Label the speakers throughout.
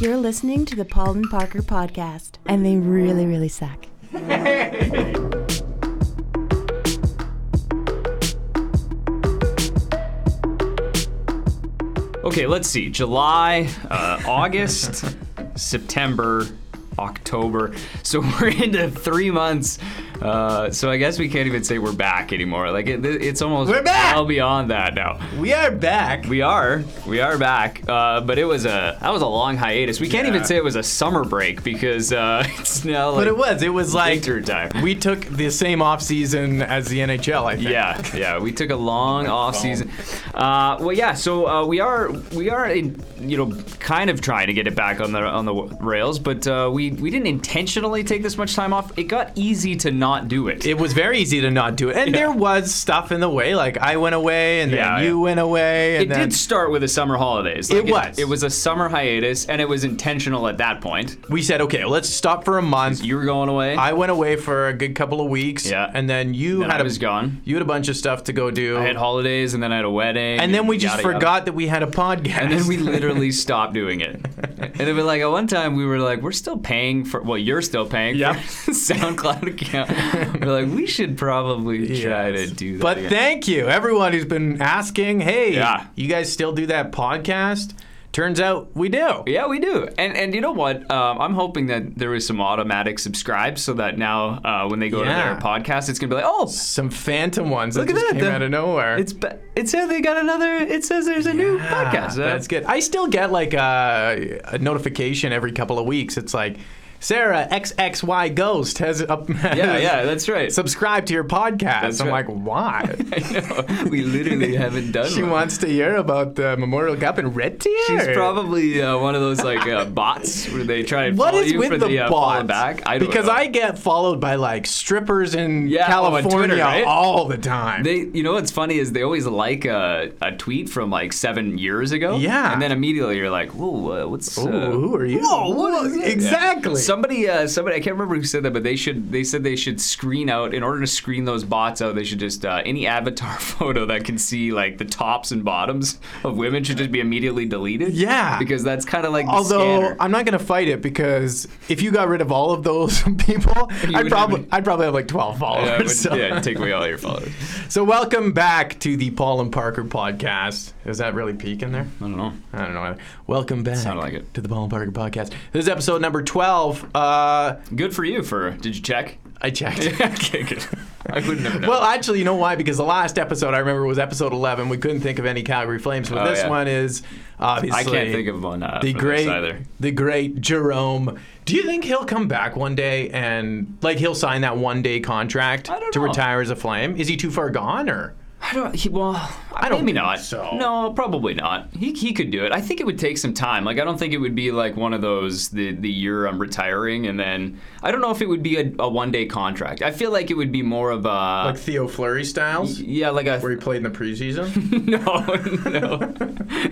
Speaker 1: You're listening to the Paul and Parker podcast, and they really, really suck.
Speaker 2: Okay, let's see. July, uh, August, September, October. So we're into three months. Uh, so I guess we can't even say we're back anymore. Like it, it's almost
Speaker 3: We're back!
Speaker 2: well beyond that now.
Speaker 3: We are back.
Speaker 2: We are, we are back. Uh, but it was a that was a long hiatus. We can't
Speaker 3: Yeah.
Speaker 2: even say it was a summer break because uh, it's now like
Speaker 3: but it was. It was like
Speaker 2: winter time.
Speaker 3: we took the same off season as the NHL. I think.
Speaker 2: Yeah, yeah, we took a long off season. Uh, well, yeah, so uh, we are we are in, you know kind of trying to get it back on the on the rails, but uh, we we didn't intentionally take this much time off. It got easy to not do it.
Speaker 3: It was very easy to not do it, and there was stuff in the way. Like I went away, and
Speaker 2: Yeah,
Speaker 3: then you
Speaker 2: yeah.
Speaker 3: went away, and
Speaker 2: It
Speaker 3: then
Speaker 2: did start with the summer holidays.
Speaker 3: It was.
Speaker 2: It, was a summer hiatus, and it was intentional at that point.
Speaker 3: we said, okay, let's stop for a month.
Speaker 2: You were going away.
Speaker 3: I went away for a good couple of weeks,
Speaker 2: Yeah.
Speaker 3: and then you
Speaker 2: Then
Speaker 3: had
Speaker 2: I
Speaker 3: a,
Speaker 2: was gone.
Speaker 3: You had a bunch of stuff to go do,
Speaker 2: I had holidays, and then I had a wedding.
Speaker 3: and then we just
Speaker 2: yada, yada.
Speaker 3: forgot that we had a podcast.
Speaker 2: And then we literally stopped doing it. And it was like at one time we were like, we're still paying for well, you're still paying
Speaker 3: Yeah.
Speaker 2: for SoundCloud account. We're like, we should probably try to do that.
Speaker 3: But
Speaker 2: again.
Speaker 3: thank you, everyone who's been asking. Hey,
Speaker 2: Yeah.
Speaker 3: you guys still do that podcast? Turns out we do.
Speaker 2: yeah, we do, and and you know what? Um, I'm hoping that there is some automatic subscribe, so that now uh, when they go to
Speaker 3: Yeah.
Speaker 2: their podcast, it's gonna be like, oh,
Speaker 3: Some phantom ones
Speaker 2: Look
Speaker 3: that
Speaker 2: at
Speaker 3: just
Speaker 2: that,
Speaker 3: came
Speaker 2: the-
Speaker 3: out of nowhere.
Speaker 2: it's ba- it says they got another. It says there's a new
Speaker 3: Ah,
Speaker 2: podcast. Uh,
Speaker 3: That's good. I still get like a, a notification every couple of weeks. It's like Sarah XXY Ghost has up.
Speaker 2: Yeah, yeah, that's right.
Speaker 3: Subscribe to your podcast.
Speaker 2: That's
Speaker 3: I'm
Speaker 2: right.
Speaker 3: like, why?
Speaker 2: I know. We literally haven't done.
Speaker 3: she
Speaker 2: one.
Speaker 3: wants to hear about the Memorial Cup in Red Deer.
Speaker 2: She's probably uh, one of those like uh, bots where they try and
Speaker 3: What
Speaker 2: follow
Speaker 3: is
Speaker 2: you
Speaker 3: with
Speaker 2: for
Speaker 3: the,
Speaker 2: the, uh, follow
Speaker 3: bots?
Speaker 2: back. I don't
Speaker 3: because
Speaker 2: know.
Speaker 3: I get followed by like strippers in
Speaker 2: Yeah, oh, on
Speaker 3: California
Speaker 2: Twitter, right?
Speaker 3: all the time.
Speaker 2: they you know what's funny is they always like a, a tweet from like seven years ago.
Speaker 3: Yeah.
Speaker 2: and then immediately you're like, whoa, uh, what's
Speaker 3: Ooh,
Speaker 2: uh,
Speaker 3: who are you?
Speaker 2: Whoa, what is that?
Speaker 3: Exactly.
Speaker 2: Yeah. Somebody, uh, somebody, I can't remember who said that, but they should. They said they should screen out. In order to screen those bots out, they should just uh, any avatar photo that can see like the tops and bottoms of women should just be immediately deleted.
Speaker 3: Yeah.
Speaker 2: because that's kind of like the
Speaker 3: Although
Speaker 2: scanner.
Speaker 3: I'm not gonna fight it because if you got rid of all of those people, I'd
Speaker 2: would
Speaker 3: probably
Speaker 2: have-
Speaker 3: I'd probably have like 12 followers.
Speaker 2: yeah, but-
Speaker 3: so.
Speaker 2: yeah, take away all your followers.
Speaker 3: so welcome back to the Paul and Parker podcast. Is that really peaking there?
Speaker 2: I don't know.
Speaker 3: I don't know. Welcome back
Speaker 2: Sounded like it.
Speaker 3: to the Paul and Parker podcast. This is episode number 12. Uh,
Speaker 2: Good for you for. Did you check?
Speaker 3: I checked.
Speaker 2: okay, good. I would never know.
Speaker 3: Well, actually, you know why? Because the last episode I remember was episode 11. We couldn't think of any Calgary Flames, but
Speaker 2: Oh,
Speaker 3: this
Speaker 2: yeah.
Speaker 3: one is obviously
Speaker 2: I can't think of one. Uh,
Speaker 3: the
Speaker 2: for
Speaker 3: great,
Speaker 2: this either.
Speaker 3: the great Jerome. Do you think he'll come back one day and like he'll sign that one day contract
Speaker 2: I don't
Speaker 3: to
Speaker 2: know.
Speaker 3: retire as a Flame? Is he too far gone or?
Speaker 2: I don't. He, well, I
Speaker 3: don't
Speaker 2: maybe
Speaker 3: think
Speaker 2: not.
Speaker 3: so.
Speaker 2: No, probably not. He he could do it. I think it would take some time. Like I don't think it would be like one of those the the year I'm retiring and then I don't know if it would be a, a one day contract. I feel like it would be more of a
Speaker 3: Like Theo Fleury styles,
Speaker 2: yeah like a
Speaker 3: where he played in the preseason.
Speaker 2: no no.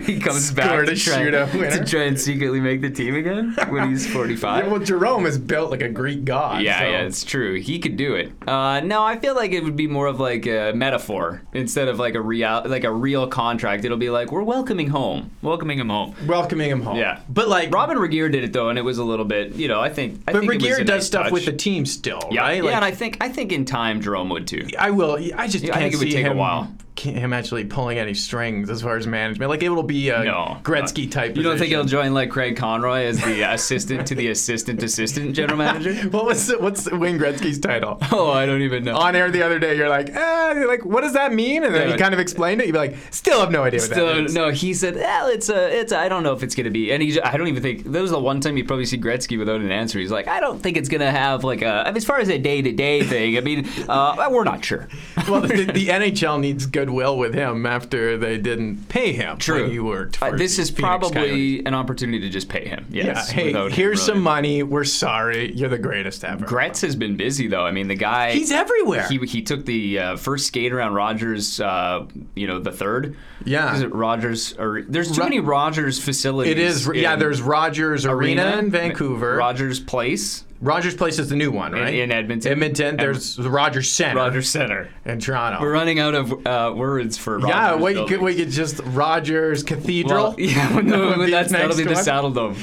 Speaker 2: he comes back
Speaker 3: Scored
Speaker 2: to
Speaker 3: a
Speaker 2: try,
Speaker 3: shootout
Speaker 2: to
Speaker 3: winner.
Speaker 2: try and secretly make the team again when he's 45.
Speaker 3: well, Jerome is built like a Greek god.
Speaker 2: Yeah,
Speaker 3: so-
Speaker 2: yeah, it's true. He could do it. Uh, no, I feel like it would be more of like a metaphor instead of like a real, like a real contract. It'll be like we're welcoming home, welcoming him home.
Speaker 3: welcoming him home.
Speaker 2: Yeah.
Speaker 3: but like
Speaker 2: Robin Regier did it though, and it was a little bit, you know, I think. I
Speaker 3: but
Speaker 2: think it was
Speaker 3: Regier
Speaker 2: a
Speaker 3: does
Speaker 2: nice
Speaker 3: stuff
Speaker 2: touch.
Speaker 3: with the team still,
Speaker 2: yeah,
Speaker 3: right?
Speaker 2: yeah,
Speaker 3: Like,
Speaker 2: and I think I think in time Jerome would too.
Speaker 3: I will. I just
Speaker 2: Yeah, I
Speaker 3: can't
Speaker 2: think it would
Speaker 3: see
Speaker 2: take a
Speaker 3: him,
Speaker 2: while.
Speaker 3: can't- him actually pulling any strings as far as management. Like it'll be a
Speaker 2: No,
Speaker 3: Gretzky type.
Speaker 2: You don't think he'll
Speaker 3: position.
Speaker 2: join like Craig Conroy as the assistant to the assistant assistant general manager?
Speaker 3: What was the, what's Wayne Gretzky's title?
Speaker 2: Oh, I don't even know.
Speaker 3: On air the other day, you're like, ah, you're like, what does that mean? And then
Speaker 2: Yeah.
Speaker 3: he kind of explained it. You'd be like, still have no idea what
Speaker 2: So,
Speaker 3: that means.
Speaker 2: no, he said, "Well, it's a, it's. A, I don't know if it's gonna be." And he, I don't even think that was the one time you probably see Gretzky without an answer. He's like, "I don't think it's gonna have like a. I mean, as far as a day to day thing, I mean, uh, we're not sure."
Speaker 3: Well, the, the NHL needs goodwill with him after they didn't pay him.
Speaker 2: True.
Speaker 3: When he worked.
Speaker 2: Uh,
Speaker 3: for
Speaker 2: this
Speaker 3: the
Speaker 2: is
Speaker 3: Phoenix Coyotes.
Speaker 2: probably an opportunity to just pay him. Yes,
Speaker 3: yeah. Hey,
Speaker 2: without him,
Speaker 3: here's
Speaker 2: really.
Speaker 3: some money. We're sorry. You're the greatest ever.
Speaker 2: Gretz has been busy though. I mean, the guy.
Speaker 3: He's everywhere.
Speaker 2: He, he took the uh, first skate around Rogers, uh, you know, the third.
Speaker 3: Yeah.
Speaker 2: Is it Rogers? Or, there's too
Speaker 3: Ro-
Speaker 2: many Rogers facilities.
Speaker 3: it is. Yeah.
Speaker 2: in
Speaker 3: There's Rogers Arena, in Vancouver.
Speaker 2: Rogers Place.
Speaker 3: Rogers Place is the new one, right?
Speaker 2: in Edmonton.
Speaker 3: Edmonton. There's the Rogers Center
Speaker 2: Rogers Center.
Speaker 3: in Toronto.
Speaker 2: We're running out of uh, words for Rogers.
Speaker 3: yeah, we
Speaker 2: buildings.
Speaker 3: could we could just Rogers Cathedral.
Speaker 2: Well, yeah, no,
Speaker 3: would be
Speaker 2: that's
Speaker 3: the
Speaker 2: that'll
Speaker 3: next
Speaker 2: be the
Speaker 3: one.
Speaker 2: Saddle Dome.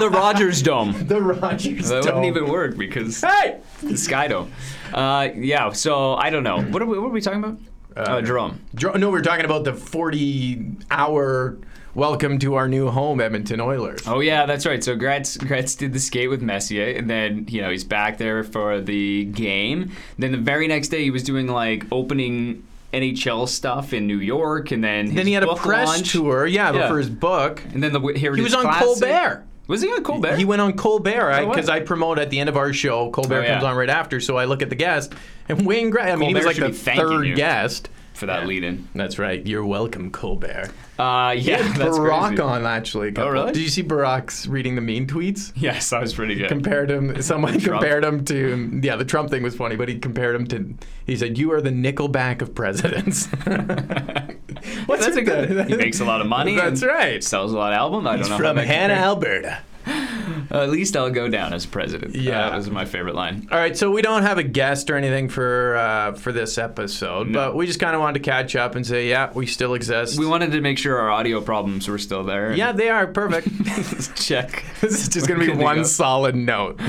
Speaker 2: The Rogers Dome.
Speaker 3: The Rogers.
Speaker 2: That
Speaker 3: Dome.
Speaker 2: wouldn't even work because
Speaker 3: Hey.
Speaker 2: the Sky Dome. Uh, yeah, so I don't know. What are we, what are we talking about? Uh, Jerome.
Speaker 3: Dr- No, we we're talking about the 40-hour welcome to our new home, Edmonton Oilers.
Speaker 2: Oh yeah, that's right. So Gretz Gretz did the skate with Messier, and then you know he's back there for the game. Then the very next day, he was doing like opening NHL stuff in New York, and then his
Speaker 3: Then he had a
Speaker 2: book
Speaker 3: press
Speaker 2: launch,
Speaker 3: tour, yeah,
Speaker 2: Yeah.
Speaker 3: for his book.
Speaker 2: and then the Wi- Heritage
Speaker 3: was on
Speaker 2: Classic.
Speaker 3: Colbert.
Speaker 2: Was he on Colbert?
Speaker 3: He went on Colbert
Speaker 2: what?
Speaker 3: because I promote at the end of our show. Colbert
Speaker 2: Oh, yeah.
Speaker 3: comes on right after, so I look at the guest and Wayne Gray. I mean, he was
Speaker 2: Colbert
Speaker 3: like
Speaker 2: should
Speaker 3: the
Speaker 2: be thanking
Speaker 3: third
Speaker 2: you.
Speaker 3: guest.
Speaker 2: for that lead-in.
Speaker 3: That's right. You're welcome, Colbert.
Speaker 2: Uh, yeah, that's
Speaker 3: Barack
Speaker 2: crazy. Oh,
Speaker 3: on actually. a couple-
Speaker 2: really?
Speaker 3: Did you see Barack's reading the mean tweets?
Speaker 2: Yes, that was pretty good.
Speaker 3: Compared him. Someone
Speaker 2: Trump.
Speaker 3: compared him to. Yeah, the Trump thing was funny, but he compared him to. He said, "You are the Nickelback of presidents." What's
Speaker 2: that's a
Speaker 3: with
Speaker 2: good.
Speaker 3: that?
Speaker 2: He makes a lot of money.
Speaker 3: That's
Speaker 2: and
Speaker 3: right.
Speaker 2: Sells a lot of albums. I don't know. how
Speaker 3: From
Speaker 2: that
Speaker 3: Hannah,
Speaker 2: compares.
Speaker 3: Alberta.
Speaker 2: At least I'll go down as president. Uh,
Speaker 3: Yeah.
Speaker 2: that was my favorite line.
Speaker 3: All right, so we don't have a guest or anything for uh, for this episode, but we just kind of wanted to catch up and say, yeah, we still exist.
Speaker 2: We wanted to make sure our audio problems were still there.
Speaker 3: yeah, they are perfect.
Speaker 2: check.
Speaker 3: this is just gonna be
Speaker 2: Good to
Speaker 3: one
Speaker 2: go. Uh,
Speaker 3: solid note,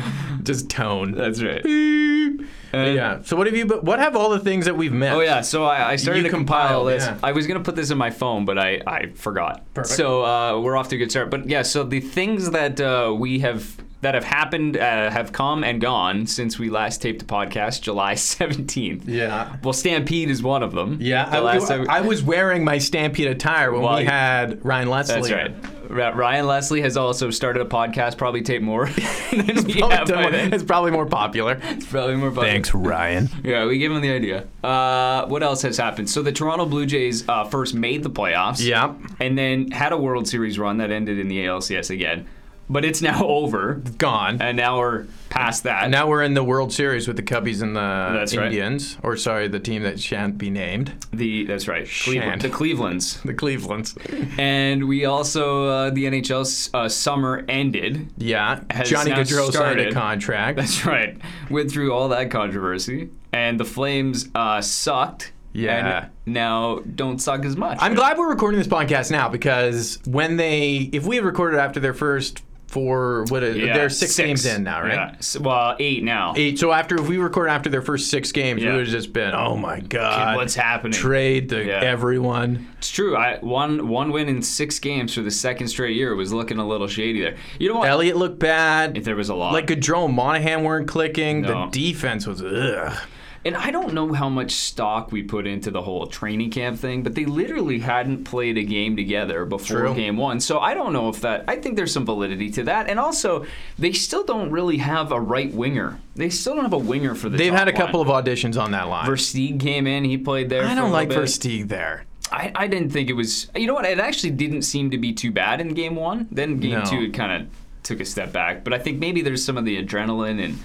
Speaker 3: just tone.
Speaker 2: That's right.
Speaker 3: Beep.
Speaker 2: And-
Speaker 3: yeah. So what have you? But what have all the things that we've missed?
Speaker 2: Oh yeah, so I, I started
Speaker 3: You
Speaker 2: to compile
Speaker 3: compiled,
Speaker 2: this.
Speaker 3: yeah.
Speaker 2: I was gonna put this in my phone, but I, I forgot.
Speaker 3: Perfect.
Speaker 2: So uh, we're off to a good start. But yeah, so the things that uh, we have that have happened uh, have come and gone since we last taped a podcast, July seventeenth.
Speaker 3: Yeah.
Speaker 2: Well, Stampede is one of them.
Speaker 3: Yeah,
Speaker 2: The last
Speaker 3: I,
Speaker 2: time-
Speaker 3: I was wearing my Stampede attire when
Speaker 2: Well,
Speaker 3: we had Ryan Leslie.
Speaker 2: That's right. Ra- Ryan Leslie has also started a podcast. Probably taped more than we
Speaker 3: Probably
Speaker 2: have
Speaker 3: done
Speaker 2: by
Speaker 3: one-
Speaker 2: then.
Speaker 3: it's probably more popular.
Speaker 2: It's probably more. fun.
Speaker 3: Ryan.
Speaker 2: Yeah, we gave him the idea. Uh, what else has happened? So the Toronto Blue Jays uh, first made the playoffs.
Speaker 3: Yep.
Speaker 2: And then had a World Series run that ended in the ALCS again, but it's now over,
Speaker 3: Gone.
Speaker 2: and now we're past that.
Speaker 3: And now we're in the World Series with the Cubbies and the
Speaker 2: That's right.
Speaker 3: Indians, or sorry, the team that shan't be named,
Speaker 2: the that's right, Cleveland,
Speaker 3: Shan't.
Speaker 2: the Clevelands,
Speaker 3: the Clevelands.
Speaker 2: and we also uh, the NHL 's, uh, summer ended.
Speaker 3: Yeah,
Speaker 2: Has
Speaker 3: Johnny
Speaker 2: now
Speaker 3: Gaudreau signed a
Speaker 2: started.
Speaker 3: contract.
Speaker 2: That's right. Went through all that controversy, and the Flames uh, sucked.
Speaker 3: Yeah.
Speaker 2: And now don't suck as much.
Speaker 3: I'm glad we're recording this podcast now because when they, if we had recorded after their first four, what is,
Speaker 2: Yeah,
Speaker 3: they're six, games in now, right?
Speaker 2: Yeah. S- Well, eight now.
Speaker 3: Eight. So after if we record after their first six games,
Speaker 2: Yeah.
Speaker 3: we would have just been, oh my god,
Speaker 2: Kid, what's happening?
Speaker 3: Trade the
Speaker 2: Yeah.
Speaker 3: everyone.
Speaker 2: It's true. I one one win in six games for the second straight year was looking a little shady there. You know what?
Speaker 3: Elliott looked bad.
Speaker 2: If there was a lot.
Speaker 3: Like Gaudreau, and Monahan weren't clicking.
Speaker 2: No.
Speaker 3: The defense was ugh.
Speaker 2: and I don't know how much stock we put into the whole training camp thing, but they literally hadn't played a game together before
Speaker 3: True.
Speaker 2: game one. So I don't know if that. I think there's some validity to that. And also, they still don't really have a right winger. They still don't have a winger for the.
Speaker 3: They've
Speaker 2: top
Speaker 3: had a
Speaker 2: line.
Speaker 3: couple of auditions on that line.
Speaker 2: Versteeg came in. He played there. for
Speaker 3: I
Speaker 2: a
Speaker 3: don't
Speaker 2: little
Speaker 3: like
Speaker 2: bit.
Speaker 3: Versteeg there.
Speaker 2: I, I didn't think it was. You know what? It actually didn't seem to be too bad in game one. Then game
Speaker 3: No.
Speaker 2: two, it kind of took a step back. But I think maybe there's some of the adrenaline and.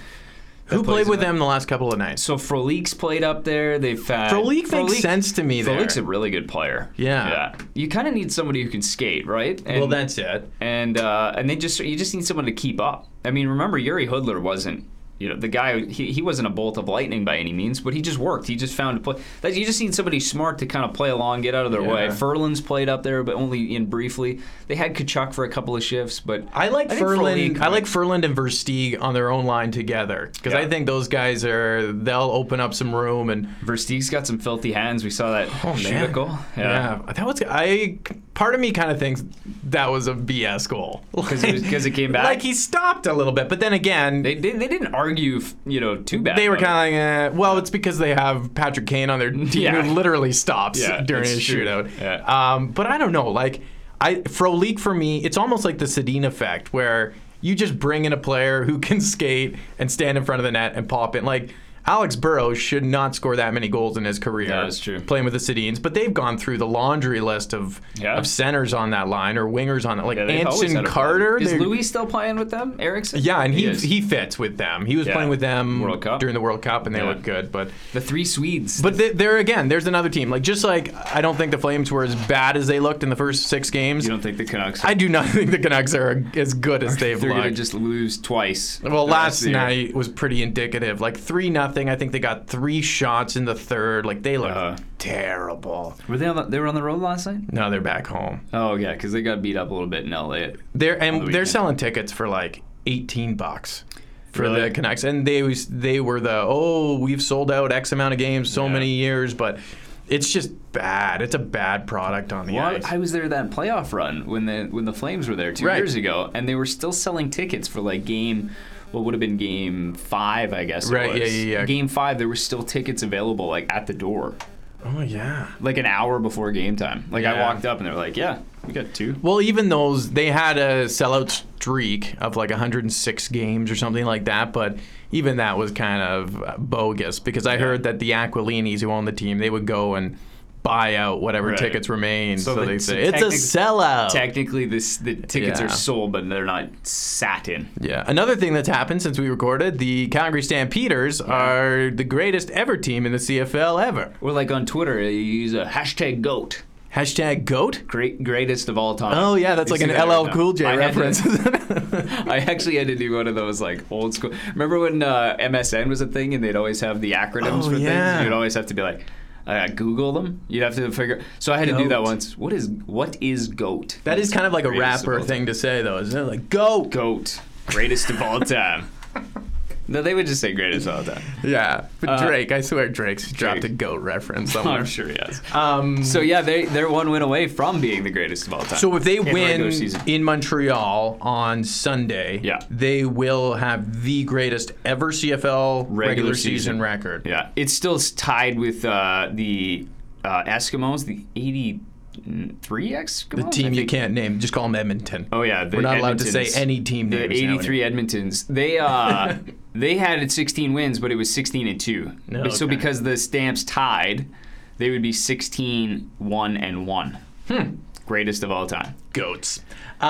Speaker 3: Who
Speaker 2: plays
Speaker 3: played
Speaker 2: in
Speaker 3: with
Speaker 2: that?
Speaker 3: them the last couple of nights?
Speaker 2: So Frolik's played up there. They've had.
Speaker 3: Frolik makes sense to me there.
Speaker 2: Frolik's a really good player.
Speaker 3: Yeah.
Speaker 2: You kind of need somebody who can skate, right? And,
Speaker 3: well, that's it.
Speaker 2: and uh, and they just you just need someone to keep up. I mean, remember Yuri Hudler wasn't. You know, the guy, he, he wasn't a bolt of lightning by any means, but he just worked. He just found a play. That, you just need somebody smart to kind of play along, get out of their way.
Speaker 3: Yeah.
Speaker 2: Furlan's played up there, but only in briefly. They had Kachuk for a couple of shifts, but
Speaker 3: I like
Speaker 2: think
Speaker 3: Furland.
Speaker 2: Frolik-
Speaker 3: I like Furland and Versteeg on their own line together because
Speaker 2: Yeah.
Speaker 3: I think those guys are they'll open up some room and
Speaker 2: Versteeg's got some filthy hands. We saw that
Speaker 3: Oh,
Speaker 2: shoot
Speaker 3: man.
Speaker 2: at goal.
Speaker 3: yeah. that was I. Part of me kind of thinks that was a BS goal because
Speaker 2: it was- 'cause it came back?
Speaker 3: Like he stopped a little bit, but then again.
Speaker 2: They, didn't they didn't argue, f- you know, too bad.
Speaker 3: they were
Speaker 2: about it.
Speaker 3: kind of like, eh, well, it's because they have Patrick Kane on their team
Speaker 2: Yeah.
Speaker 3: who literally stops
Speaker 2: Yeah,
Speaker 3: during
Speaker 2: it's
Speaker 3: a
Speaker 2: true.
Speaker 3: shootout.
Speaker 2: Yeah.
Speaker 3: Um, but I don't know, like I Frolik for me, it's almost like the Sedin effect where you just bring in a player who can skate and stand in front of the net and pop in. Like Alex Burrows should not score that many goals in his career.
Speaker 2: That is true.
Speaker 3: Playing with the Sedins, but they've gone through the laundry list of
Speaker 2: Yeah.
Speaker 3: of centers on that line or wingers on that, like
Speaker 2: Yeah, they've always
Speaker 3: Anson
Speaker 2: had a problem.
Speaker 3: Carter.
Speaker 2: Is
Speaker 3: they're-
Speaker 2: Louis still playing with them? Erickson?
Speaker 3: Yeah, and he
Speaker 2: is.
Speaker 3: he, fits with them. He was
Speaker 2: Yeah.
Speaker 3: playing with them
Speaker 2: World Cup.
Speaker 3: during the World Cup, and they
Speaker 2: Yeah.
Speaker 3: look good. But
Speaker 2: the three Swedes.
Speaker 3: but th- there again, there's another team. Like just like I don't think the Flames were as bad as they looked in the first six games.
Speaker 2: you don't think the Canucks?
Speaker 3: I do not think the Canucks are as good as they've
Speaker 2: they're gonna
Speaker 3: looked.
Speaker 2: just lose twice.
Speaker 3: Well,
Speaker 2: the rest
Speaker 3: last
Speaker 2: of the year.
Speaker 3: night was pretty indicative. Like three nothing. I think they got three shots in the third. Like they looked
Speaker 2: Uh-huh.
Speaker 3: terrible.
Speaker 2: were they on the, they were on the road last night?
Speaker 3: No, they're back home.
Speaker 2: Oh yeah, because they got beat up a little bit in LA.
Speaker 3: They're and
Speaker 2: the
Speaker 3: they're
Speaker 2: weekend.
Speaker 3: selling tickets for like eighteen bucks for
Speaker 2: Really?
Speaker 3: the Canucks, and they was- they were the oh we've sold out X amount of games so
Speaker 2: Yeah.
Speaker 3: many years, but it's just bad. It's a bad product on the
Speaker 2: Well,
Speaker 3: ice.
Speaker 2: I was there that playoff run when the when the Flames were there two
Speaker 3: Right.
Speaker 2: years ago, and they were still selling tickets for like game. What would have been game five, I guess. it
Speaker 3: Right, yeah,
Speaker 2: was.
Speaker 3: yeah, yeah.
Speaker 2: Game five, there were still tickets available like at the door,
Speaker 3: oh yeah.
Speaker 2: like an hour before game time. Like I
Speaker 3: Yeah.
Speaker 2: walked up and they were like, "Yeah, we got two.
Speaker 3: Well, even those they had a sellout streak of like 106 games or something like that, but even that was kind of uh, bogus because I heard that the Aquilinis who own the team they would go and buy out whatever
Speaker 2: Right.
Speaker 3: tickets remained. So,
Speaker 2: the-
Speaker 3: they
Speaker 2: so
Speaker 3: say it's
Speaker 2: technic-
Speaker 3: a sellout.
Speaker 2: Technically, this the tickets are
Speaker 3: Yeah.
Speaker 2: sold, but they're not sat in.
Speaker 3: yeah. Another thing that's happened since we recorded, the Calgary Stampeders are the greatest ever team in the CFL ever.
Speaker 2: Or like on Twitter, you use a hashtag goat.
Speaker 3: Hashtag goat.
Speaker 2: Great, greatest of all time.
Speaker 3: Oh yeah, that's
Speaker 2: You
Speaker 3: like
Speaker 2: see
Speaker 3: an
Speaker 2: that every
Speaker 3: LL
Speaker 2: time.
Speaker 3: Cool
Speaker 2: I
Speaker 3: J
Speaker 2: had to-
Speaker 3: reference.
Speaker 2: I actually had to do one of those like old school. Remember when uh, MSN was a thing and they'd always have the acronyms
Speaker 3: Oh,
Speaker 2: for
Speaker 3: yeah.
Speaker 2: things? You'd always have to be like, uh, Google them. You'd have to figure. So I had to do that
Speaker 3: Goat.
Speaker 2: once. What is what is goat?
Speaker 3: that is kind of like a
Speaker 2: Greatest of
Speaker 3: rapper
Speaker 2: all
Speaker 3: thing to say though, isn't it? Like goat.
Speaker 2: Goat, greatest of all time. No, they would just say greatest of all time.
Speaker 3: Yeah, but
Speaker 2: Uh,
Speaker 3: Drake, I swear Drake's dropped a
Speaker 2: Drake. Oh,
Speaker 3: goat reference somewhere.
Speaker 2: I'm sure yes.
Speaker 3: Um,
Speaker 2: So yeah, they they're one win away from being the greatest of all time.
Speaker 3: so if they
Speaker 2: in regular
Speaker 3: win
Speaker 2: season.
Speaker 3: in Montreal on Sunday,
Speaker 2: Yeah.
Speaker 3: they will have the greatest ever CFL regular,
Speaker 2: Regular
Speaker 3: season,
Speaker 2: season.
Speaker 3: record.
Speaker 2: Yeah, it's still s- tied with uh, the uh, Eskimos, the 83 Eskimos.
Speaker 3: The
Speaker 2: I
Speaker 3: team you
Speaker 2: think.
Speaker 3: can't name, just call them Edmonton.
Speaker 2: Oh yeah, the
Speaker 3: We're not allowed to say
Speaker 2: Edmontons.
Speaker 3: any team
Speaker 2: The
Speaker 3: names now
Speaker 2: 83 Edmontons. They uh, they had 16 wins, but it was 16 and two.
Speaker 3: No,
Speaker 2: So
Speaker 3: okay.
Speaker 2: because the Stamps tied, they would be 16 one and one. Hmm. Greatest of all time.
Speaker 3: Goats.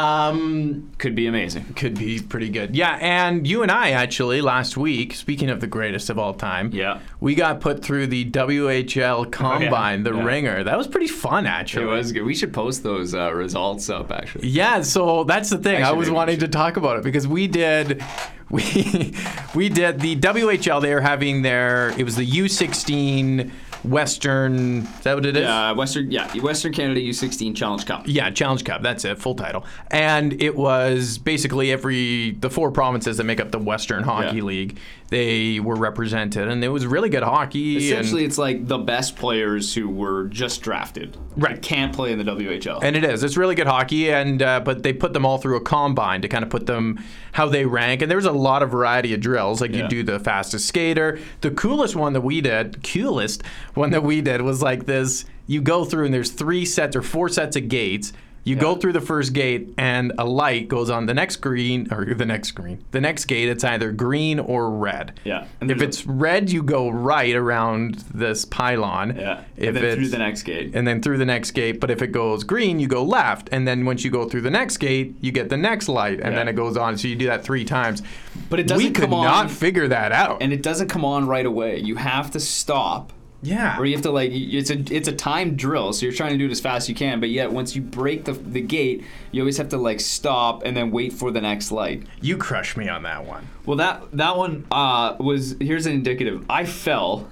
Speaker 3: Um,
Speaker 2: Could be amazing.
Speaker 3: could be pretty good. Yeah, and you and I actually last week, speaking of the greatest of all time,
Speaker 2: Yeah.
Speaker 3: we got put through the WHL Combine, the
Speaker 2: yeah.
Speaker 3: ringer. That was pretty fun,
Speaker 2: It
Speaker 3: actually.
Speaker 2: was good. We should post those uh, results up actually.
Speaker 3: Yeah, so that's the thing. I
Speaker 2: Actually,
Speaker 3: was
Speaker 2: maybe we
Speaker 3: wanting to
Speaker 2: should-
Speaker 3: talk about it because we did we we did the WHL they were having their it was the U16 Western is that what it is?
Speaker 2: Uh, Western, yeah, Western Canada U16 Challenge Cup.
Speaker 3: Yeah, Challenge Cup. That's it, full title. And it was basically every the four provinces that make up the Western Hockey
Speaker 2: Yeah.
Speaker 3: League. They were represented, and it was really good hockey.
Speaker 2: Essentially,
Speaker 3: and,
Speaker 2: it's like the best players who were just drafted.
Speaker 3: Right.
Speaker 2: Can't play in the WHL.
Speaker 3: And it is. It's really good hockey, and uh, but they put them all through a combine to kind of put them how they rank. And there was a lot of variety of drills. Like you
Speaker 2: Yeah.
Speaker 3: do the fastest skater. The coolest one that we did, coolest one that we did was like this. You go through and there's three sets or four sets of gates. You go through the first gate and a light goes on the next green or the next green. The next gate it's either green or red.
Speaker 2: Yeah. And
Speaker 3: If
Speaker 2: there's a-
Speaker 3: it's red, you go right around this pylon.
Speaker 2: yeah.
Speaker 3: If
Speaker 2: and then through
Speaker 3: it's-
Speaker 2: the next gate.
Speaker 3: and then through the next gate. But if it goes green, you go left, and then once you go through the next gate, you get the next light, and
Speaker 2: Yeah.
Speaker 3: then it goes on. So you do that three times.
Speaker 2: But it
Speaker 3: we
Speaker 2: doesn't
Speaker 3: could
Speaker 2: come on-
Speaker 3: not figure that out.
Speaker 2: and it doesn't come on right away. You have to stop.
Speaker 3: yeah,
Speaker 2: Or you have to like y- it's a it's a timed drill, so you're trying to do it as fast as you can. But yet, once you break the the gate, you always have to like stop and then wait for the next light.
Speaker 3: you crushed me on that one.
Speaker 2: Well, that that one uh, was here's an indicative. I fell,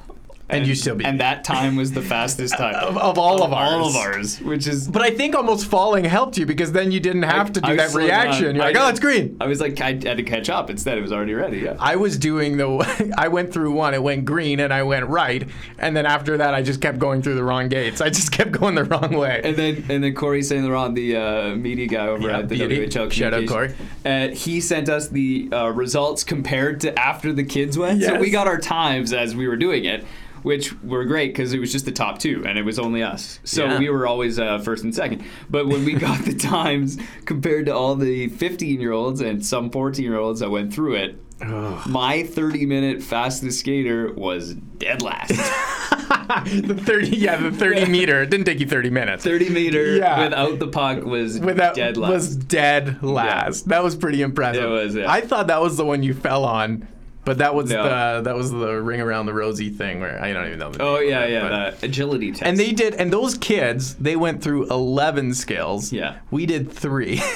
Speaker 3: And you still beat me.
Speaker 2: And that time was the fastest time
Speaker 3: Of- of all of
Speaker 2: All of
Speaker 3: ours.
Speaker 2: ours, which is
Speaker 3: But I think almost falling helped you because then you didn't have to do
Speaker 2: I was
Speaker 3: that
Speaker 2: slowing down.
Speaker 3: reaction. You're
Speaker 2: I
Speaker 3: like, oh,
Speaker 2: did-
Speaker 3: it's green.
Speaker 2: I was like, I had to catch up. Instead, it was already ready. Yeah.
Speaker 3: I was doing the. I went through one. It went green, and I went right, and then after that, I just kept going through the wrong gates. I just kept going the wrong way.
Speaker 2: And then and then Corey Saint Laurent, the uh, media guy over
Speaker 3: Yeah,
Speaker 2: at the
Speaker 3: beauty.
Speaker 2: WHL,
Speaker 3: Shout out,
Speaker 2: Communications, uh,
Speaker 3: Corey.
Speaker 2: he sent us the uh, results compared to after the kids went. So
Speaker 3: Yes.
Speaker 2: we got our times as we were doing it, which were great because it was just the top two and it was only us. So
Speaker 3: Yeah.
Speaker 2: we were always uh, first and second. But when we got the times compared to all the 15 year olds and some 14 year olds that went through it, My 30 minute fastest skater was dead last.
Speaker 3: the 30, yeah, the 30 meter. It didn't take you 30 minutes.
Speaker 2: 30 meter
Speaker 3: Yeah.
Speaker 2: without the puck was
Speaker 3: Without
Speaker 2: dead last.
Speaker 3: was dead last. That was pretty impressive.
Speaker 2: It was, yeah.
Speaker 3: I thought that was the one you fell on, but that was
Speaker 2: No.
Speaker 3: the that was the ring around the rosy thing where I don't even know. The
Speaker 2: oh,
Speaker 3: name of
Speaker 2: yeah,
Speaker 3: it,
Speaker 2: yeah.
Speaker 3: but-
Speaker 2: that agility test.
Speaker 3: And they did, and those kids, they went through 11 skills.
Speaker 2: Yeah.
Speaker 3: We did three.